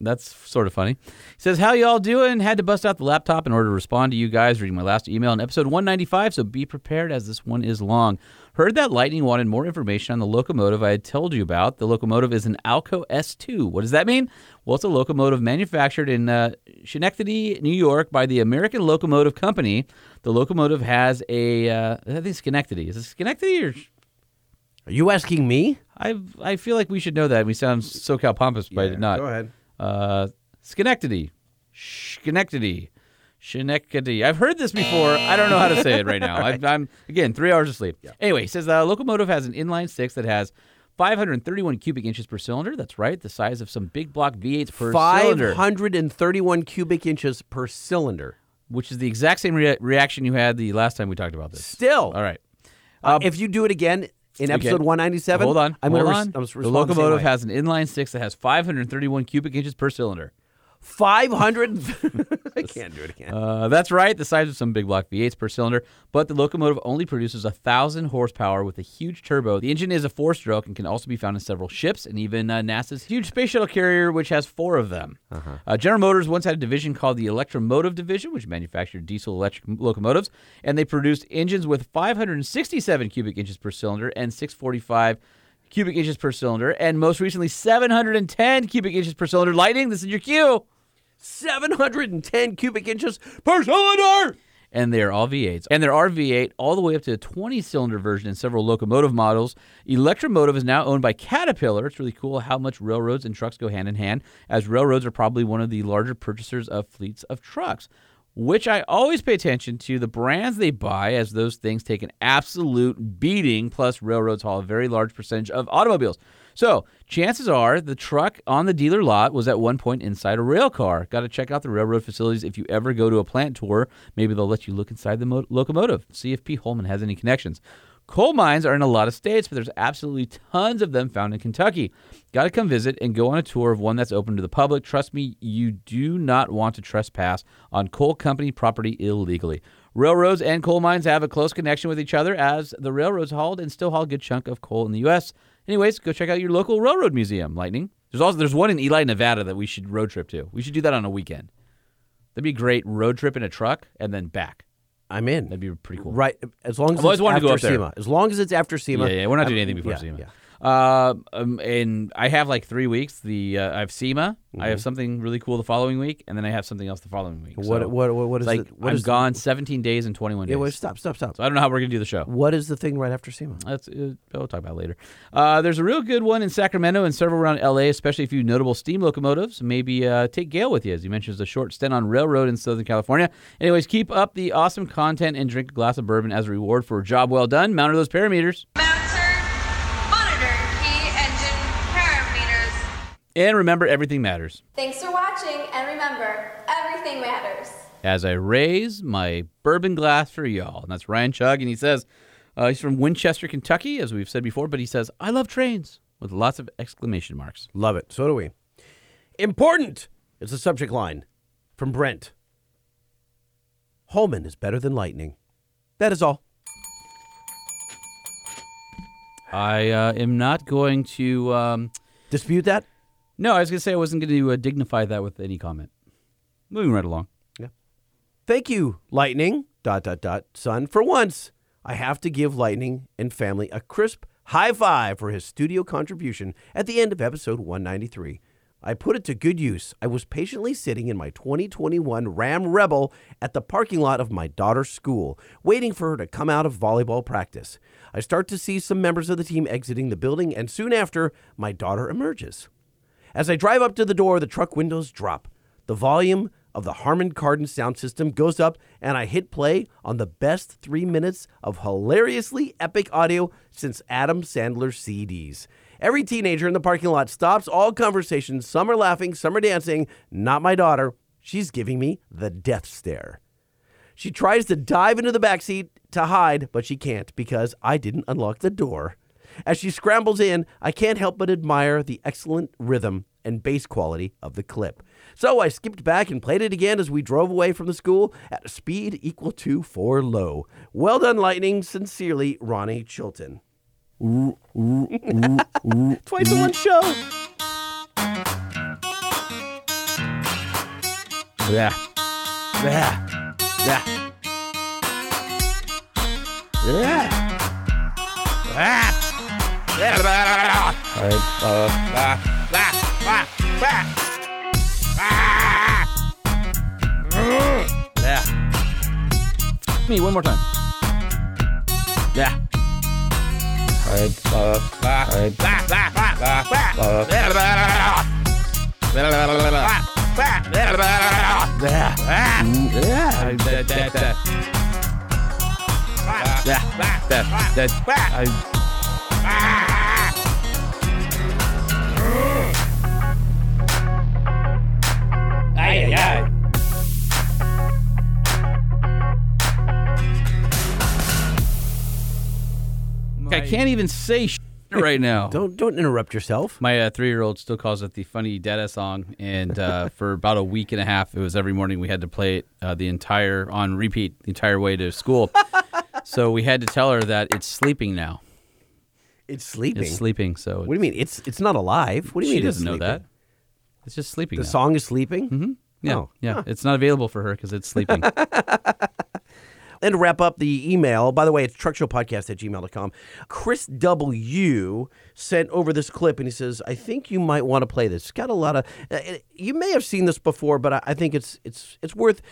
S2: That's sort of funny. He says, How y'all doing? Had to bust out the laptop in order to respond to you guys reading my last email in episode 195, so be prepared as this one is long. Heard that Lightning wanted more information on the locomotive I had told you about. The locomotive is an Alco S2. What does that mean? Well, it's a locomotive manufactured in uh, Schenectady, New York, by the American Locomotive Company. The locomotive has a, uh, I think Schenectady. Is it Schenectady or?
S1: Are you asking me?
S2: I I feel like we should know that. We sound SoCal pompous by not.
S1: go ahead.
S2: Uh, Schenectady. Schenectady. Schenectady. I've heard this before. I don't know how to say it right now. I, I'm, again, three hours of sleep. Anyway, he says the locomotive has an inline six that has 531 cubic inches per cylinder. That's right, the size of some big block V8s per cylinder,
S1: 531 cubic inches per cylinder.
S2: which is the exact same rea- reaction you had the last time we talked about this.
S1: Still,
S2: All right.
S1: if you do it again in episode
S2: Okay.
S1: 197,
S2: Hold on.
S1: I'm
S2: hold
S1: gonna
S2: on.
S1: res- I'm
S2: the locomotive has an inline six that has 531 cubic inches per cylinder.
S1: 500. I can't do it again.
S2: Uh, that's right, the size of some big block V8s per cylinder, but the locomotive only produces 1,000 horsepower with a huge turbo. The engine is a four stroke and can also be found in several ships and even uh, NASA's huge space shuttle carrier, which has four of them. uh General Motors once had a division called the Electromotive Division, which manufactured diesel electric m- locomotives, and they produced engines with 567 cubic inches per cylinder and 645 cubic inches per cylinder, and most recently 710 cubic inches per cylinder. Lightning, this is your cue.
S1: 710 cubic inches per cylinder.
S2: and they are all V8s. And there are V8 all the way up to a 20 cylinder version in several locomotive models. Electromotive is now owned by Caterpillar. It's really cool how much railroads and trucks go hand in hand, as railroads are probably one of the larger purchasers of fleets of trucks. Which I always pay attention to the brands they buy, as those things take an absolute beating. Plus, railroads haul a very large percentage of automobiles. So, chances are the truck on the dealer lot was at one point inside a rail car. Got to check out the railroad facilities if you ever go to a plant tour. Maybe they'll let you look inside the mo- locomotive, see if P. Holman has any connections. Coal mines are in a lot of states, but there's absolutely tons of them found in Kentucky. Got to come visit and go on a tour of one that's open to the public. Trust me, you do not want to trespass on coal company property illegally. Railroads and coal mines have a close connection with each other as the railroads hauled and still haul a good chunk of coal in the U.S. Anyways, go check out your local railroad museum, Lightning. There's also there's one in Eli, Nevada that we should road trip to. We should do that on a weekend. That'd be a great road trip in a truck and then back.
S1: I'm in.
S2: That'd be pretty cool.
S1: Right, as long as
S2: I've always
S1: it's
S2: wanted to
S1: after
S2: go up there.
S1: SEMA. As long as it's after SEMA.
S2: Yeah, yeah, we're not
S1: I'm-
S2: doing anything before
S1: yeah,
S2: SEMA.
S1: yeah.
S2: Uh, um, and I have like three weeks. The uh, I have SEMA. I have something really cool the following week, and then I have something else the following week.
S1: Mm-hmm. What-
S2: So
S1: what- what- what
S2: it's
S1: is
S2: like?
S1: the- what
S2: I'm
S1: is the-
S2: gone 17 days and 21
S1: Yeah,
S2: days.
S1: wait, stop, stop, stop.
S2: so I don't know how we're gonna do the show.
S1: What is the thing right after SEMA?
S2: That's uh, we'll talk about it later. Uh, there's a real good one in Sacramento and several around LA, especially if you notable steam locomotives. Maybe uh, take Gale with you, as he mentions a short stint on railroad in Southern California. Anyways, keep up the awesome content and drink a glass of bourbon as a reward for a job well done. Mount those parameters.
S10: Mounter, monitor key engine parameters.
S2: And remember, everything matters.
S10: Thanks for watching, and remember, everything matters.
S2: as I raise my bourbon glass for y'all. And that's Ryan Chug. And he says, uh, he's from Winchester, Kentucky, as we've said before, but he says, I love trains with lots of exclamation marks.
S1: Love it. So do we. Important is the subject line from Brent. Holman is better than lightning. That is all.
S2: I uh, am not going to. Um,
S1: Dispute that?
S2: no, I was going to say I wasn't going to uh, dignify that with any comment. Moving right along.
S1: Thank you, Lightning, dot, dot, dot, son. For once, I have to give Lightning and family a crisp high five for his studio contribution at the end of episode 193. I put it to good use. I was patiently sitting in my 2021 Ram Rebel at the parking lot of my daughter's school, waiting for her to come out of volleyball practice. I start to see some members of the team exiting the building, and soon after, my daughter emerges. As I drive up to the door, the truck windows drop. The volume of the Harman Kardon sound system goes up, and I hit play on the best three minutes of hilariously epic audio since Adam Sandler's CDs. Every teenager in the parking lot stops all conversations. Some are laughing, some are dancing. Not my daughter. She's giving me the death stare. She tries to dive into the backseat to hide, but she can't because I didn't unlock the door. As she scrambles in, I can't help but admire the excellent rhythm and bass quality of the clip. So I skipped back and played it again as we drove away from the school at a speed equal to four low. Well done, Lightning. Sincerely, Ronnie Chilton. Twice in one show.
S2: Yeah.
S1: Yeah. Yeah. Yeah.
S2: Me, one more time.
S1: Yeah. Yeah.
S2: I can't even say sh- right now.
S1: Don't don't interrupt yourself.
S2: My uh, three-year-old still calls it the funny Dada song, and uh, for about a week and a half, it was every morning we had to play it uh, the entire on repeat the entire way to school. so we had to tell her that it's sleeping now.
S1: It's sleeping.
S2: It's sleeping. So
S1: What do you mean? It's it's not alive. What do you
S2: she
S1: mean? it's
S2: doesn't know
S1: sleeping?
S2: that. It's just sleeping.
S1: The
S2: now.
S1: song is sleeping. Mm-hmm.
S2: Yeah, yeah. It's not available for her because it's sleeping.
S1: And to wrap up the email, by the way, it's truckshowpodcast at gmail.com. Chris W. sent over this clip and he says, I think you might want to play this. It's got a lot of, uh, it- you may have seen this before, but I, I think it's, it's, it's worth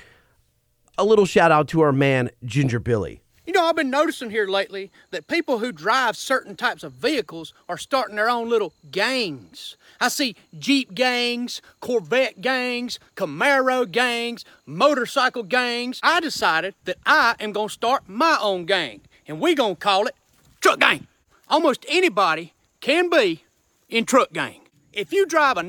S1: a little shout out to our man, Ginger Billy.
S11: You know, I've been noticing here lately that people who drive certain types of vehicles are starting their own little gangs. I see Jeep gangs, Corvette gangs, Camaro gangs, motorcycle gangs. I decided that I am going to start my own gang, and we going to call it Truck Gang. Almost anybody can be in Truck Gang. If you drive a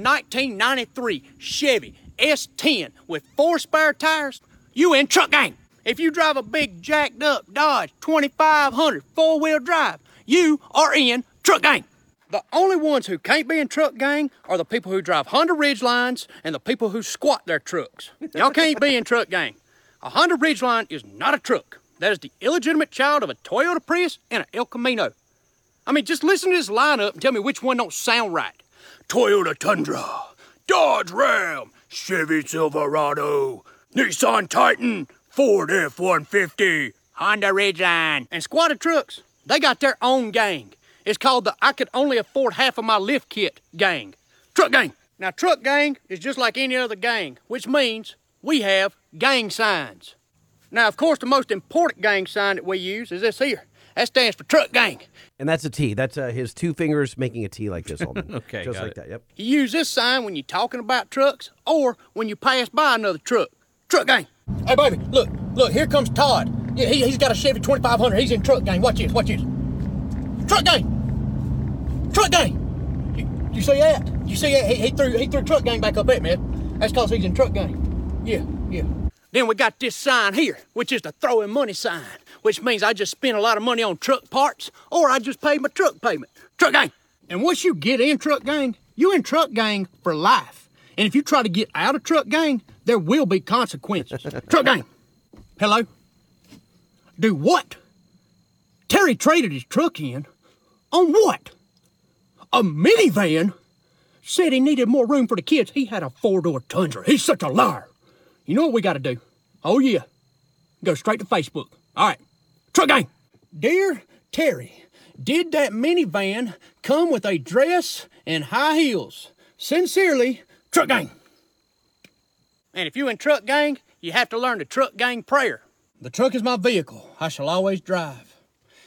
S11: 1993 Chevy S10 with four spare tires, you in Truck Gang. If you drive a big jacked up Dodge 2500 four wheel drive, you are in Truck Gang. The only ones who can't be in Truck Gang are the people who drive Honda Ridgelines and the people who squat their trucks. Y'all can't be in Truck Gang. A Honda Ridgeline is not a truck. That is the illegitimate child of a Toyota Prius and an El Camino. I mean, just listen to this lineup and tell me which one don't sound right. Toyota Tundra, Dodge Ram, Chevy Silverado, Nissan Titan, Ford F-150, Honda Ridgeline, and squatter trucks. They got their own gang. It's called the I could only afford half of my lift kit gang. Truck gang. Now, truck gang is just like any other gang, which means we have gang signs. Now, of course, the most important gang sign that we use is this here. That stands for truck gang.
S1: And that's a T. That's uh, his two fingers making a T like this, Holman.
S2: Okay,
S1: Just
S2: got
S1: like
S2: it.
S1: that, yep.
S11: You use this sign when you're talking about trucks or when you pass by another truck. Truck gang. Hey, baby, look, look, here comes Todd. Yeah, he, he's got a Chevy 2500. He's in truck gang. Watch this, watch this. Truck gang. Truck gang. You, you see that? You see that? He, he threw he threw truck gang back up at me. That's because he's in truck gang. Yeah, yeah. Then we got this sign here, which is the throwing money sign, which means I just spend a lot of money on truck parts or I just pay my truck payment. Truck gang. And once you get in truck gang, you in truck gang for life. And if you try to get out of truck gang, there will be consequences. truck gang. Hello? Do what? Terry traded his truck in on what? A minivan? Said he needed more room for the kids. He had a four door tundra. He's such a liar. You know what we got to do? Oh, yeah. Go straight to Facebook. All right. Truck gang. Dear Terry, did that minivan come with a dress and high heels? Sincerely, Truck gang. And if you in truck gang, you have to learn the truck gang prayer. The truck is my vehicle. I shall always drive.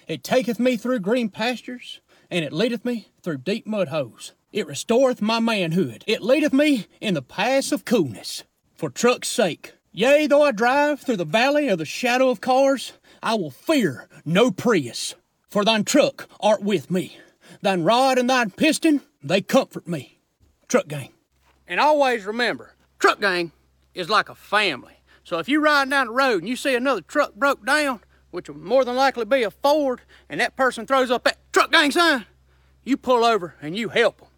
S11: It taketh me through green pastures, and it leadeth me through deep mud holes. It restoreth my manhood. It leadeth me in the paths of coolness, for truck's sake. Yea, though I drive through the valley of the shadow of cars, I will fear no Prius, for thine truck art with me. Thine rod and thine piston, they comfort me. Truck gang. And always remember, truck gang is like a family. So if you riding down the road and you see another truck broke down, which will more than likely be a Ford, and that person throws up that truck gang sign, you pull over and you help them.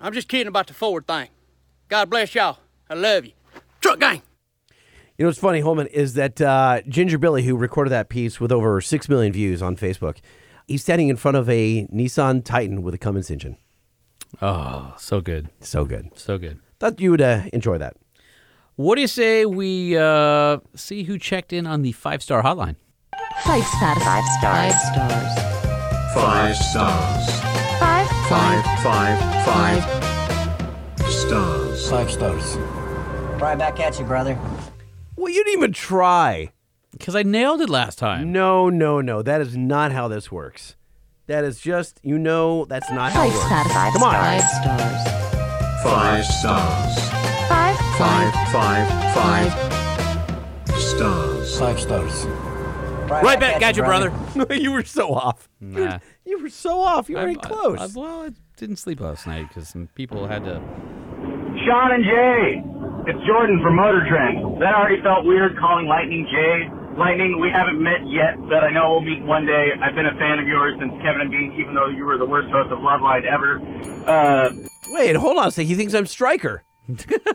S11: I'm just kidding about the Ford thing. God bless y'all. I love you. Truck gang.
S1: You know what's funny, Holman, is that uh, Ginger Billy, who recorded that piece with over 6 million views on Facebook, he's standing in front of a Nissan Titan with a Cummins engine.
S2: Oh, so good.
S1: So good.
S2: So good.
S1: Thought you would uh, enjoy that.
S2: What do you say we uh, see who checked in on the five star hotline?
S12: Five stars. Five stars. Five stars.
S13: Five stars.
S12: Five.
S13: Five, five, five. Stars.
S14: Five stars. Right back at you, brother.
S1: Well, you didn't even try.
S2: Because I nailed it last time.
S1: No, no, no. That is not how this works. That is just, you know, that's not how it
S12: Five
S1: works.
S12: stars. Five
S1: Come on.
S12: stars.
S13: Five stars.
S12: Five.
S13: Five, five, five. Stars.
S14: Five stars.
S2: Right, back, at you, brother.
S1: you were so off. You,
S2: Nah.
S1: were, you were so off. You were
S2: I-
S1: very close.
S2: I- I- well, I didn't sleep last night because some people had to.
S15: Sean and Jay, it's Jordan from Motor Trend. That already felt weird calling Lightning Jay. Lightning, we haven't met yet, but I know we'll meet one day. I've been a fan of yours since Kevin and Bean, even though you were the worst host of Loveline ever. Uh,
S1: Wait, hold on a second. He thinks I'm Striker.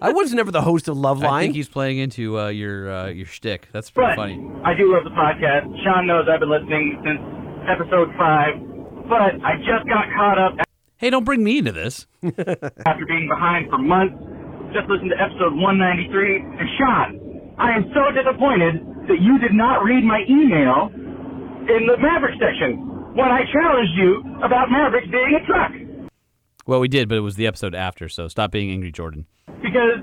S1: I was never the host of Love
S2: I
S1: Line.
S2: think he's playing into uh, your uh, your shtick. That's pretty
S15: but
S2: funny.
S15: I do love the podcast. Sean knows I've been listening since episode five, but I just got caught up
S2: Hey, don't bring me into this.
S15: after being behind for months. Just listened to episode 193. And Sean, I am so disappointed that you did not read my email in the Maverick section when I challenged you about Maverick being a truck.
S2: Well, we did, but it was the episode after, so stop being angry, Jordan.
S15: Because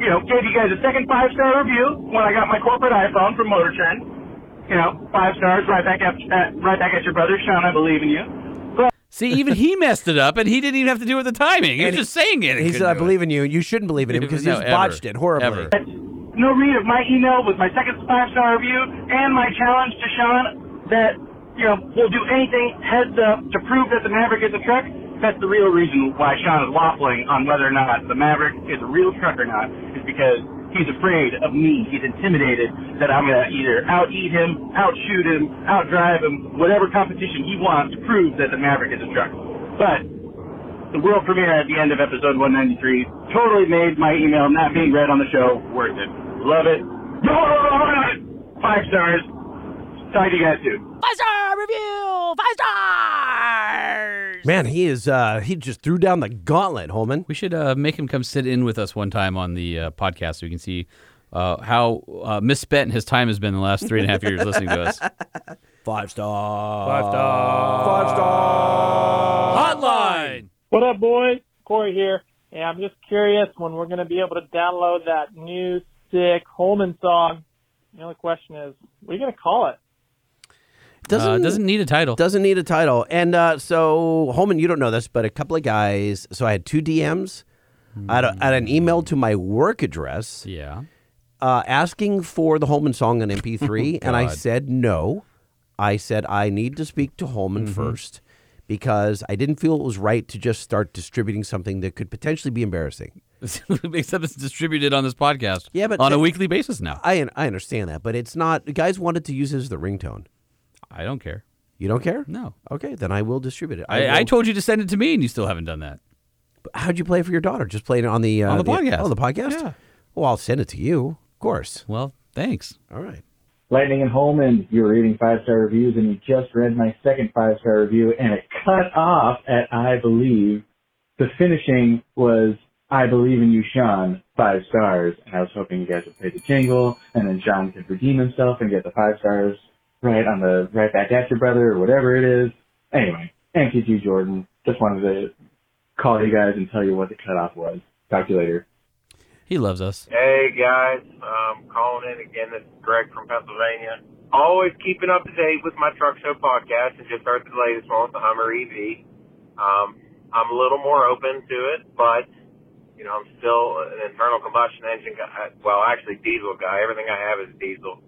S15: you know, gave you guys a second five star review when I got my corporate iPhone from Motor Trend. You know, five stars right back at, at right back at your brother, Sean. I believe in you.
S2: See, even he messed it up, and he didn't even have to do it with the timing. He was just saying it. and
S1: He
S2: couldn't
S1: said, "I
S2: do it."
S1: believe in you." You shouldn't believe in him because
S2: No,
S1: he's
S2: ever.
S1: botched it horribly.
S2: Ever.
S15: No read of my email with my second five star review and my challenge to Sean that you know we'll do anything heads up to prove that the Maverick is a truck. That's the real reason why Sean is waffling on whether or not the Maverick is a real truck or not is because he's afraid of me. He's intimidated that I'm gonna either out eat him, out shoot him, out drive him, whatever competition he wants to prove that the Maverick is a truck. But the world premiere at the end of episode 193 totally made my email not being read on the show worth it. Love it. Five stars. Talk to you guys soon.
S8: Five star review! Five stars!
S1: Man, he is. Uh, he just threw down the gauntlet, Holman.
S2: We should uh, make him come sit in with us one time on the uh, podcast so we can see uh, how uh, misspent his time has been the last three and a half years listening to us.
S1: Five star.
S2: Five star.
S1: Five
S16: star.
S2: Hotline.
S16: What up, boys? Corey here. And I'm just curious when we're going to be able to download that new sick Holman song. The only question is, what are you going to call it?
S1: Doesn't doesn't
S2: Uh, need a title.
S1: Doesn't need a title. And uh, so, Holman, you don't know this, but a couple of guys. So I had two DMs. I had, a, I had an email to my work address.
S2: Yeah.
S1: Uh, asking for the Holman song on MP3, and I
S2: Oh, God.
S1: said no. I said I need to speak to Holman
S2: Mhm.
S1: first because I didn't feel it was right to just start distributing something that could potentially be embarrassing.
S2: Except it's distributed on this podcast.
S1: Yeah, but
S2: on a weekly basis now.
S1: I I understand that, but it's not. the Guys wanted to use it as the ringtone.
S2: I don't care.
S1: You don't care?
S2: No.
S1: Okay, then I will distribute it.
S2: I,
S1: will-
S2: I told you to send it to me, and you still haven't done that.
S1: But How'd you play it for your daughter? Just playing it on the uh,
S2: On the podcast.
S1: Oh, the podcast.
S2: Yeah.
S1: Well, I'll send it to you, of course.
S2: Well, thanks.
S1: All right.
S17: Lightning and Holman, you were reading five star reviews and you just read my second five star review and it cut off at I believe. The finishing was I believe in you, Sean, five stars. And I was hoping you guys would play the jingle and then Sean could redeem himself and get the five stars right on the right back at your brother or whatever it is. Anyway, MTG Jordan. Just wanted to call you guys and tell you what the cutoff was. Talk to you later.
S2: He loves us.
S18: Hey guys, um, calling in again. This is Greg from Pennsylvania. Always keeping up to date with my truck show podcast and just heard the latest one with the Hummer EV. Um, I'm a little more open to it, but you know I'm still an internal combustion engine guy. Well, actually diesel guy. Everything I have is diesel.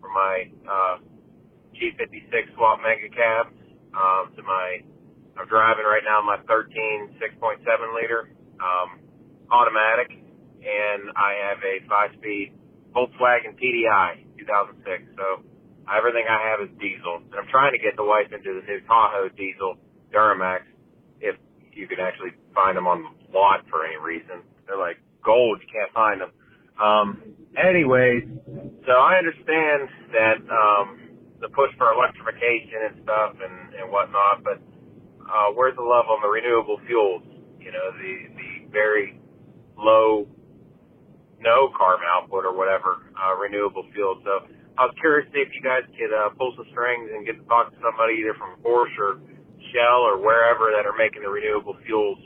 S18: From my uh, G56 swap mega cab um, to my I'm driving right now my 13 6.7 liter um, automatic and I have a five-speed Volkswagen TDI 2006. So everything I have is diesel. And I'm trying to get the wife into the new Tahoe diesel Duramax. If you could actually find them on the lot for any reason, they're like gold. You can't find them. Um, anyways, so I understand that um, the push for electrification and stuff and, and whatnot, but uh, where's the love on the renewable fuels? You know, the the very low, no carbon output or whatever, uh, renewable fuel. So I was curious to see if you guys could uh, pull some strings and get to talk to somebody either from Porsche or Shell or wherever that are making the renewable fuels.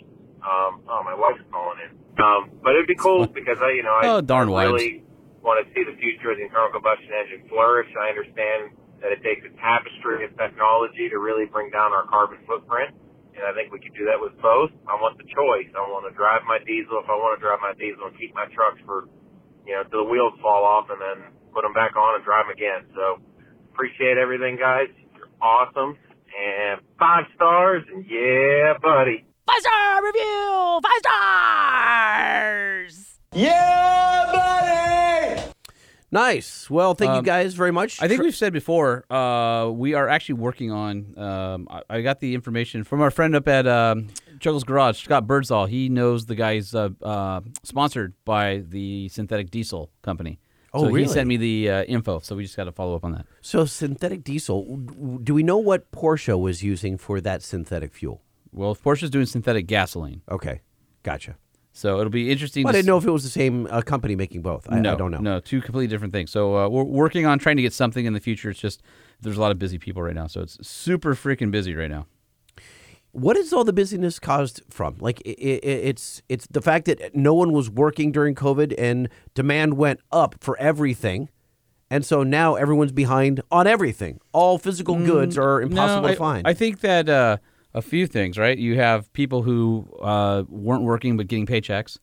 S18: Um, oh, my wife's calling in. Um, but it'd be cool because I, you know, I,
S2: Oh, darn
S18: I really want to see the future of the internal combustion engine flourish. I understand that it takes a tapestry of technology to really bring down our carbon footprint and I think we could do that with both. I want the choice. I want to drive my diesel if I want to drive my diesel and keep my trucks for, you know, till the wheels fall off and then put them back on and drive them again. So appreciate everything, guys. You're awesome and five stars. And yeah, buddy.
S8: Five star review! Five stars!
S1: Yeah, buddy. Nice. Well,
S15: Uh,
S1: thank you
S2: Um,
S1: guys very much.
S2: I think we've said before, uh, we are actually working on. Um, I, I got the information from our friend up at um, Chuckles Garage, Scott Birdsall. He knows the guys uh, uh, sponsored by the synthetic diesel company.
S1: Oh,
S2: so
S1: really?
S2: He sent me the uh, info, so we just got to follow up on that.
S1: So synthetic diesel. w- w- Do we know what Porsche was using for that synthetic fuel?
S2: Well, if Porsche's doing synthetic gasoline.
S1: Okay, gotcha.
S2: So it'll be interesting.
S1: Well, I
S2: to
S1: didn't
S2: s-
S1: know if it was the same uh, company making both. I,
S2: no,
S1: I don't know.
S2: No, two completely different things. So uh, we're working on trying to get something in the future. It's just there's a lot of busy people right now, so it's super freaking busy right now.
S1: What is all the busyness caused from? Like i i it's it's the fact that no one was working during COVID and demand went up for everything, and so now everyone's behind on everything. All physical goods are impossible
S2: Mm, No,
S1: to
S2: I-
S1: find.
S2: I think that uh, a few things, right? You have people who uh, weren't working but getting paychecks,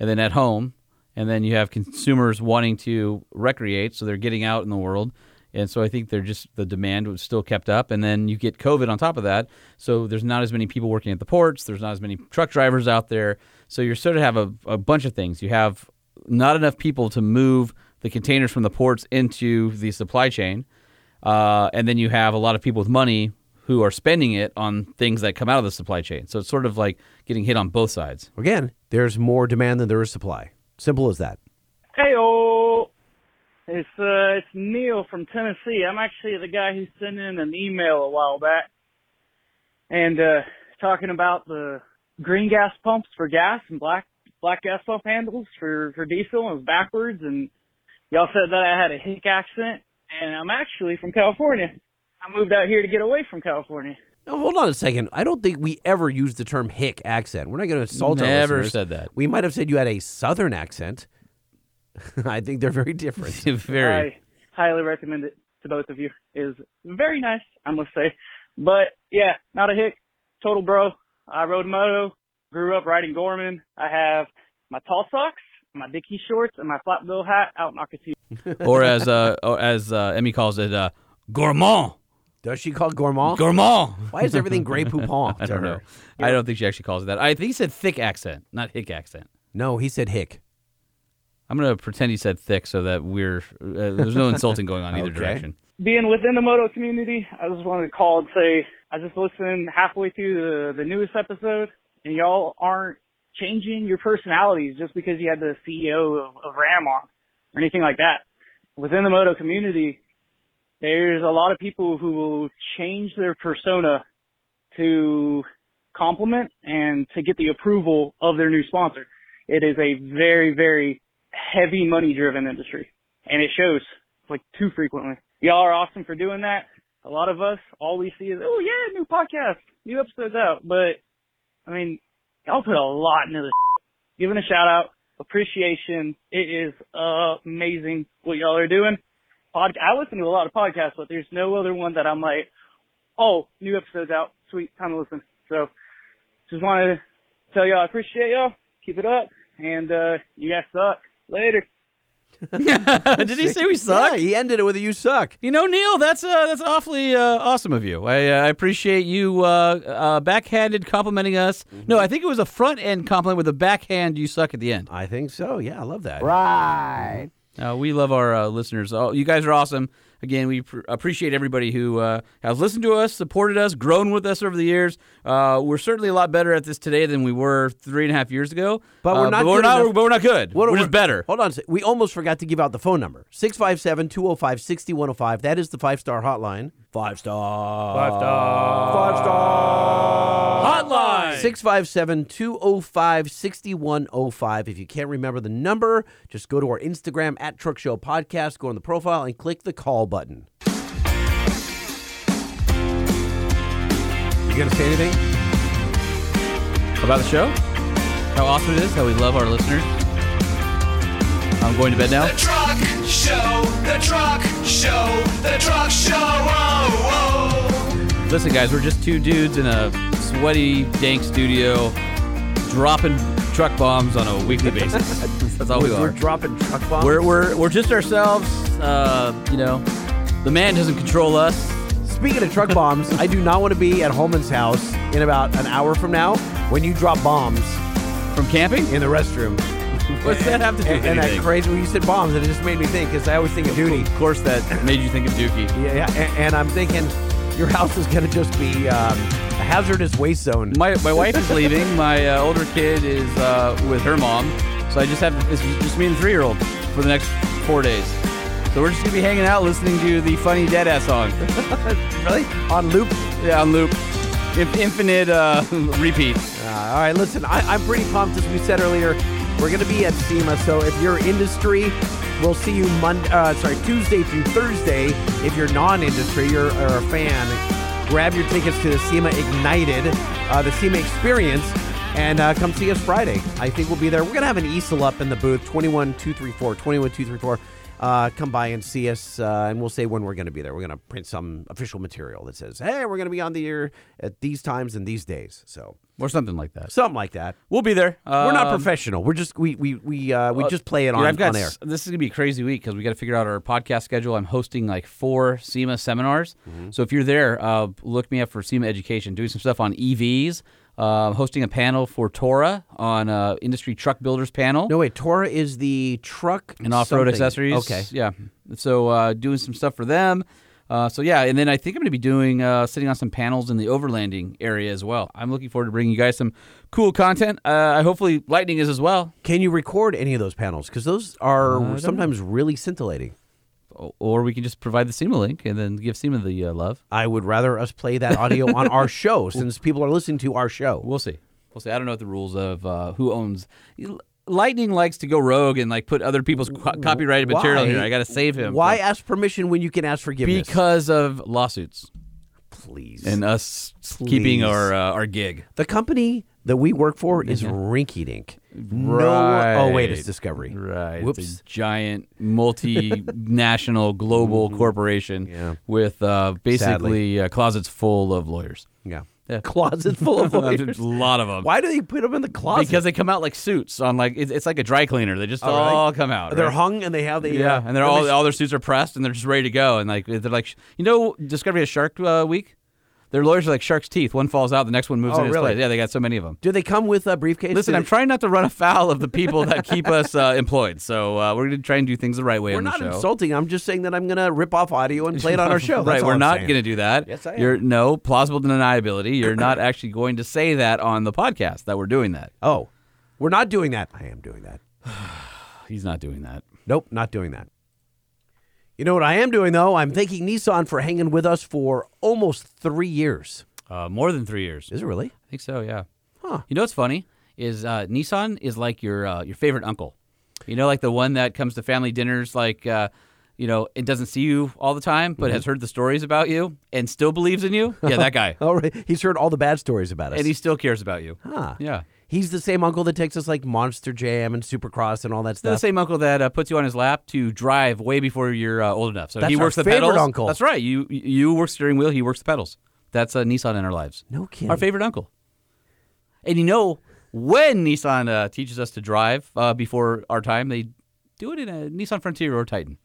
S2: and then at home, and then you have consumers wanting to recreate, so they're getting out in the world. And so I think they're just the demand was still kept up, and then you get COVID on top of that. So there's not as many people working at the ports. There's not as many truck drivers out there. So you sort of have a, a bunch of things. You have not enough people to move the containers from the ports into the supply chain. Uh, and then you have a lot of people with money who are spending it on things that come out of the supply chain. So it's sort of like getting hit on both sides.
S1: Again, there's more demand than there is supply. Simple as that.
S19: Heyo, it's uh, it's Neil from Tennessee. I'm actually the guy who sent in an email a while back, and uh, talking about the green gas pumps for gas and black black gas pump handles for for diesel and it was backwards. And y'all said that I had a hick accent, and I'm actually from California. I moved out here to get away from California.
S1: Now, hold on a second. I don't think we ever used the term hick accent. We're not going to insult our
S2: Never
S1: listeners.
S2: said that.
S1: We might have said you had a southern accent. I think they're very different.
S19: I highly recommend it to both of you. It is very nice, I must say. But yeah, not a hick. Total bro. I rode moto, grew up riding Gorman. I have my tall socks, my Dickie shorts, and my flat bill hat out in Akatsuki.
S2: or as uh, or as uh, Emmy calls it, uh, gourmand.
S1: Does she call gourmand?
S2: Gourmand.
S1: Why is everything Grey Poupon
S2: I
S1: to her?
S2: don't know. I don't think she actually calls it that. I think he said thick accent, not hick accent.
S1: No, he said hick.
S2: I'm gonna pretend he said thick so that we're uh, there's no insulting going on either direction.
S19: Being within the moto community, I just wanted to call and say I just listened halfway through the, the newest episode, and y'all aren't changing your personalities just because you had the CEO of, of Ram on or anything like that. Within the moto community, there's a lot of people who will change their persona to compliment and to get the approval of their new sponsor. It is a very, very heavy money driven industry and it shows like too frequently. Y'all are awesome for doing that. A lot of us, all we see is, oh yeah, new podcast, new episodes out. But I mean, y'all put a lot into this. Giving a shout out, appreciation. It is amazing what y'all are doing. Pod- I listen to a lot of podcasts, but there's no other one that I'm like, oh, new episodes out, sweet, time to listen. So just wanted to tell y'all I appreciate y'all. Keep it up, and uh, you guys suck. Later.
S2: Did he say we suck?
S1: Yeah, he ended it with a "you suck."
S2: You know, Neil, that's uh, that's awfully uh, awesome of you. I, uh, I appreciate you uh, uh, backhanded complimenting us. No,
S1: Mm-hmm.
S2: I think it was a front end compliment with a backhand. You suck at the end.
S1: I think so. Yeah, I love that.
S2: Right. Uh, we love our uh, listeners. Oh, you guys are awesome. Again, we pr- appreciate everybody who uh, has listened to us, supported us, grown with us over the years. Uh, we're certainly a lot better at this today than we were three and a half years ago.
S1: But
S2: Uh,
S1: we're not.
S2: But we're
S1: good
S2: not,
S1: enough-
S2: but we're not good.
S1: What-
S2: we're, just better.
S1: Hold on. a sec. We almost forgot to give out the phone number 657 205 6105. That is the oh five star hotline. Five star. Five star. Five star.
S2: Hotline.
S1: 657 205 6105. If you can't remember the number, just go to our Instagram at Truck Show Podcast, go on the profile, and click the call button. You going to say anything?
S2: About the show? How awesome it is, how we love our listeners. I'm going to bed now.
S3: The truck show, the truck show, the truck show. Oh, oh.
S2: Listen, guys, we're just two dudes in a sweaty, dank studio dropping truck bombs on a weekly basis. That's all Oh, we
S1: We're
S2: are.
S1: dropping truck bombs.
S2: We're, we're, we're just ourselves. Uh, you know, the man doesn't control us.
S1: Speaking of truck bombs, I do not want to be at Holman's house in about an hour from now when you drop bombs
S2: from camping
S1: in the restroom.
S2: What's that have to do
S1: and,
S2: with
S1: and that
S2: anything?
S1: crazy? Well, you said bombs, and it just made me think because I always think of duty. Of
S2: course, that made you think of Dookie.
S1: Yeah, yeah. And, and I'm thinking your house is going to just be um, a hazardous waste zone.
S2: My, my wife is leaving. My uh, older kid is uh, with her mom. So I just have it's just me and three year old for the next four days. So we're just gonna be hanging out listening to the funny dead ass song.
S1: really? On loop?
S2: Yeah, on loop. In- infinite uh, repeat.
S1: Uh, all right, listen, I, I'm pretty pumped, as we said earlier. We're going to be at SEMA, so if you're industry, we'll see you Monday, uh, sorry, Tuesday through Thursday. If you're non-industry, you're or a fan, Grab your tickets to the SEMA Ignited, uh, the SEMA Experience, and uh, come see us Friday. I think we'll be there. We're going to have an easel up in the booth, 21234, 21234. Uh, come by and see us, uh, and we'll say when we're going to be there. We're going to print some official material that says, hey, we're going to be on the air at these times and these days. So
S2: or something like that.
S1: Something like that.
S2: We'll be there.
S1: We're not
S2: Um,
S1: professional. We're just we we we uh, we
S2: Uh,
S1: just play it
S2: yeah,
S1: on,
S2: I've got
S1: on air.
S2: s- this is gonna be a crazy week because we got to figure out our podcast schedule. I'm hosting like four SEMA seminars,
S1: Mm-hmm.
S2: so if you're there, uh, look me up for SEMA education. Doing some stuff on EVs, uh, hosting a panel for Torah on uh, industry truck builders panel.
S1: No wait, Torah is the truck
S2: and off-road
S1: something.
S2: accessories.
S1: Okay,
S2: yeah. So uh, doing some stuff for them. Uh, so yeah, and then I think I'm going to be doing uh, sitting on some panels in the overlanding area as well. I'm looking forward to bringing you guys some cool content. Uh, I hopefully lightning is as well.
S1: Can you record any of those panels? Because those
S2: I don't
S1: are
S2: know.
S1: sometimes really scintillating.
S2: Or we can just provide the SEMA link and then give SEMA the uh, love.
S1: I would rather us play that audio on our show since people are listening to our show.
S2: We'll see. We'll see. I don't know what the rules of uh, who owns. Lightning likes to go rogue and like put other people's co- copyrighted material
S1: Why-
S2: here. I got to save him.
S1: Why ask permission when you can ask forgiveness?
S2: Because of lawsuits.
S1: Please.
S2: And us
S1: Please.
S2: keeping our uh, our gig.
S1: the company that we work for is Rinky Dink.
S2: Right.
S1: No, oh wait, it's Discovery.
S2: Right. It's
S1: Whoops.
S2: a giant multinational global
S1: Mm-hmm.
S2: corporation with uh, basically uh, closets full of lawyers.
S1: Yeah. Closet full of
S2: a
S1: lawyers.
S2: lot of them.
S1: Why do they put them in the closet?
S2: Because they come out like suits on like it's, it's like a dry cleaner. They just
S1: Oh, really?
S2: all come out.
S1: They're
S2: right?
S1: hung and they have the
S2: yeah,
S1: uh,
S2: and they're
S1: then
S2: all
S1: they-
S2: all their suits are pressed and they're just ready to go. And like they're like, sh- you know, Discovery has Shark uh, Week. Their lawyers are like shark's teeth. One falls out, the next one moves
S1: Oh,
S2: in its
S1: really?
S2: place. Yeah, they got so many of them.
S1: do they come with a briefcase?
S2: Listen,
S1: Do
S2: I'm
S1: they-
S2: trying not to run afoul of the people that keep us uh, employed. So uh, we're going to try and do things the right way
S1: We're
S2: on the
S1: not
S2: show.
S1: insulting. I'm just saying that I'm going to rip off audio and play it on our show.
S2: right,
S1: That's all
S2: we're
S1: I'm
S2: not
S1: saying.
S2: going to do that.
S1: Yes, I am.
S2: You're no plausible deniability. You're not actually going to say that on the podcast that we're doing that.
S1: Oh, we're not doing that. I am doing that.
S2: He's not doing that.
S1: Nope, not doing that. You know what I am doing though? I'm thanking Nissan for hanging with us for almost three years.
S2: Uh, more than three years.
S1: Is it really?
S2: I think so. Yeah.
S1: Huh.
S2: You know what's funny is uh, Nissan is like your uh, your favorite uncle. You know, like the one that comes to family dinners, like uh, you know, it doesn't see you all the time, but
S1: Mm-hmm.
S2: has heard the stories about you and still believes in you. Yeah, that guy,
S1: All right, he's heard all the bad stories about us.
S2: and he still cares about you.
S1: Huh.
S2: Yeah.
S1: He's the same uncle that takes us like Monster Jam and Supercross and all that stuff.
S2: They're The same uncle that uh, puts you on his lap to drive way before you're uh, old enough. So
S1: That's
S2: he
S1: our
S2: works the
S1: favorite
S2: pedals.
S1: uncle.
S2: That's right. You you work steering wheel. He works the pedals. That's uh, Nissan in our lives.
S1: No kidding.
S2: Our favorite uncle. And you know when Nissan uh, teaches us to drive uh, before our time, they do it in a Nissan Frontier or Titan.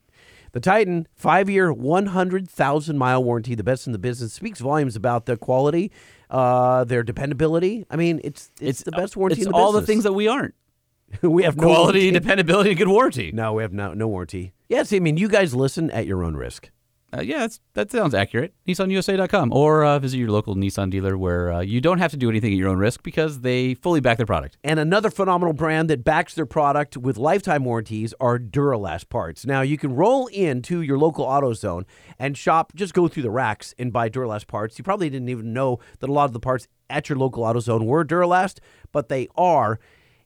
S1: The Titan, five year, 100,000 mile warranty, the best in the business, speaks volumes about the quality, uh, their dependability. I mean, it's, it's, the best warranty
S2: It's
S1: in the
S2: all the
S1: business.
S2: things that we aren't.
S1: we have no
S2: Quality,
S1: warranty.
S2: dependability, and good warranty.
S1: No, we have no, no warranty. Yes, I mean, you guys listen at your own risk.
S2: Uh, yeah, that's, that sounds accurate. NissanUSA.com or uh, visit your local Nissan dealer where uh, you don't have to do anything at your own risk because they fully back their product.
S1: And another phenomenal brand that backs their product with lifetime warranties are Duralast parts. Now, you can roll into your local AutoZone and shop, just go through the racks and buy Duralast parts. You probably didn't even know that a lot of the parts at your local AutoZone were Duralast, but they are.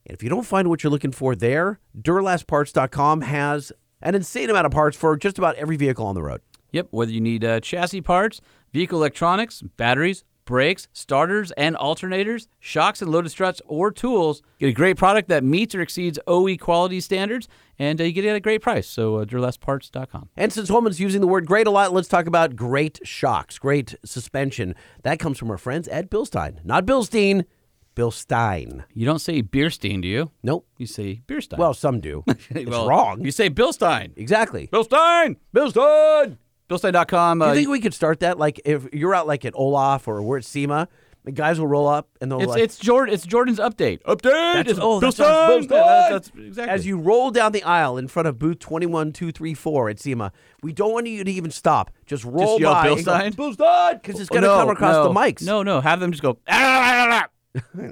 S1: And if you don't find what you're looking for there, DuralastParts.com has an insane amount of parts for just about every vehicle on the road.
S2: Yep, whether you need uh, chassis parts, vehicle electronics, batteries, brakes, starters and alternators, shocks and loaded struts, or tools, get a great product that meets or exceeds OE quality standards, and uh, you get it at a great price. So, uh, duralessparts.com.
S1: And since Holman's using the word great a lot, let's talk about great shocks, great suspension. That comes from our friends at Bilstein. Not Bilstein, Bilstein.
S2: You don't say Beerstein, do you?
S1: Nope.
S2: You say Beerstein.
S1: Well, some do. It's
S2: Well,
S1: wrong.
S2: You say Bilstein.
S1: Exactly.
S2: Bilstein! Bilstein! Bilstein.com.
S1: Do
S2: Uh,
S1: you think we could start that? Like, if you're out like at Olaf or we're at SEMA, the guys will roll up and they'll
S2: it's,
S1: like,
S2: it's, Jordan, it's Jordan's update. Update!
S1: that's,
S2: It's
S1: oh, that sounds
S2: Bilstein!
S1: Bilstein.
S2: Yeah, that's, that's exactly.
S1: As you roll down the aisle in front of booth 21234 at SEMA, we don't want you to even stop. Just roll
S2: yell
S1: by
S2: Bilstein? Oh,
S1: because it's going to
S2: No,
S1: come across
S2: no,
S1: the mics.
S2: No, no, have them just go. "Ah, ah, ah, ah."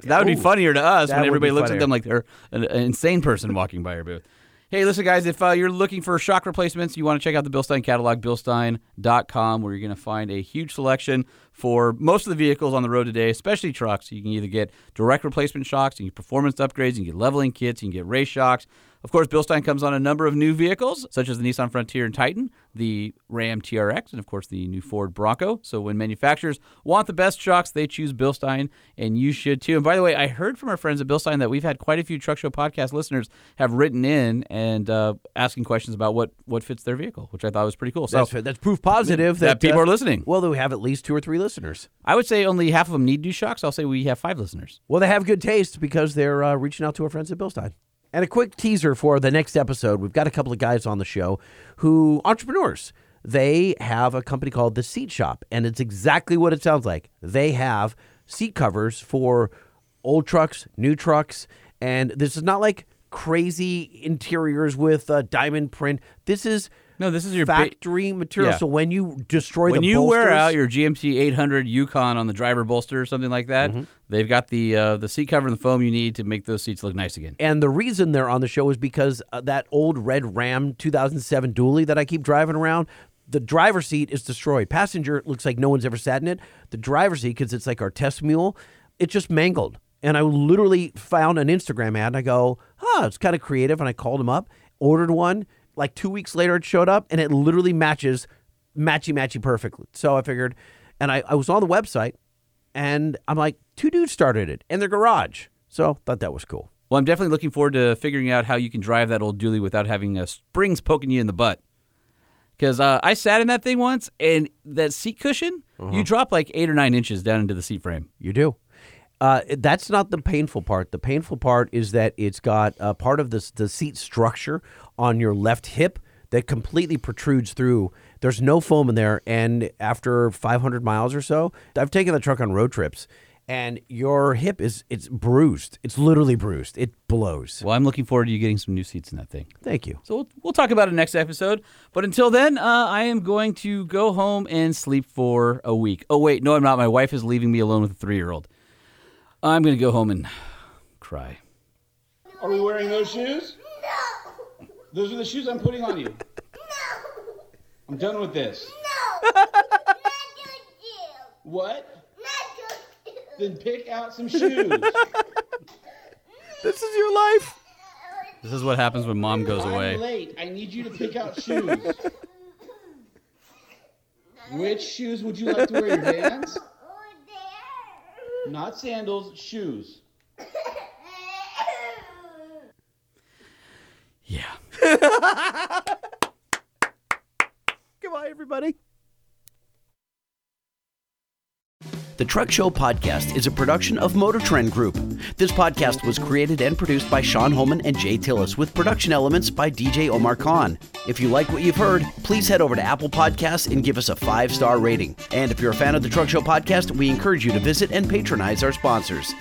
S2: that would be funnier to us
S1: that
S2: when
S1: would
S2: everybody
S1: be
S2: looks
S1: funnier.
S2: at them like they're an, an insane person walking by your booth. Hey, listen, guys, if uh, you're looking for shock replacements, you want to check out the Bilstein catalog, bilstein.com, where you're going to find a huge selection for most of the vehicles on the road today, especially trucks. You can either get direct replacement shocks, you can get performance upgrades, you can get leveling kits, you can get race shocks. Of course, Bill Stein comes on a number of new vehicles, such as the Nissan Frontier and Titan, the Ram TRX, and of course the new Ford Bronco. So when manufacturers want the best shocks, they choose Bill Stein, and you should too. And by the way, I heard from our friends at Bill Stein that we've had quite a few Truck Show podcast listeners have written in and uh, asking questions about what what fits their vehicle, which I thought was pretty cool. So
S1: That's, that's proof positive
S2: Oh. that,
S1: that,
S2: people
S1: uh,
S2: are listening.
S1: Well, we have at least two or three listeners.
S2: I would say only half of them need new shocks. I'll say we have five listeners.
S1: Well, they have good taste because they're uh, reaching out to our friends at Bilstein. And a quick teaser for the next episode. We've got a couple of guys on the show who entrepreneurs. They have a company called The Seat Shop, and it's exactly what it sounds like. They have seat covers for old trucks, new trucks, and this is not like crazy interiors with uh, diamond print. This is
S2: no, this is your ba-
S1: factory material.
S2: Yeah.
S1: So when you destroy
S2: when
S1: the
S2: you wear
S1: bolsters-
S2: out your GMC 800 Yukon on the driver bolster or something like that,
S1: Mm-hmm.
S2: they've got the uh, the seat cover and the foam you need to make those seats look nice again.
S1: And the reason they're on the show is because uh, that old red Ram 2007 dually that I keep driving around, the driver's seat is destroyed. Passenger it looks like no one's ever sat in it. The driver's seat, because it's like our test mule, it's just mangled. And I literally found an Instagram ad and I go, huh, it's kind of creative. And I called him up, ordered one. Like two weeks later, it showed up and it literally matches matchy matchy perfectly. So I figured, and I, I was on the website and I'm like, two dudes started it in their garage. So thought that was cool.
S2: Well, I'm definitely looking forward to figuring out how you can drive that old dually without having uh, springs poking you in the butt. Because uh, I sat in that thing once, and that seat cushion,
S1: Uh-huh.
S2: you drop like eight or nine inches down into the seat frame.
S1: You do. Uh, that's not the painful part. The painful part is that it's got uh, part of this, the seat structure on your left hip that completely protrudes through. There's no foam in there. And after 500 miles or so, I've taken the truck on road trips and your hip is it's bruised. It's literally bruised. It blows.
S2: Well, I'm looking forward to you getting some new seats in that thing.
S1: Thank you.
S2: So we'll, we'll talk about it next episode. But until then, uh, I am going to go home and sleep for a week. Oh, wait, no, I'm not. My wife is leaving me alone with a three year old. I'm going to go home and cry.
S20: Are we wearing those shoes? No. Those are the shoes I'm putting on you. No. I'm done with this. What? Then pick out some shoes.
S1: this is your life.
S2: This is what happens when mom goes
S20: I'm
S2: away.
S20: late. I need you to pick out shoes. Which shoes would you like to wear? Your Vans? Not sandals, shoes.
S1: Goodbye, everybody.
S5: The Truck Show Podcast is a production of Motor Trend Group. This podcast was created and produced by Sean Holman and Jay Tillis, with production elements by DJ Omar Khan. If you like what you've heard, please head over to Apple Podcasts and give us a five star rating. And if you're a fan of the Truck Show Podcast, we encourage you to visit and patronize our sponsors.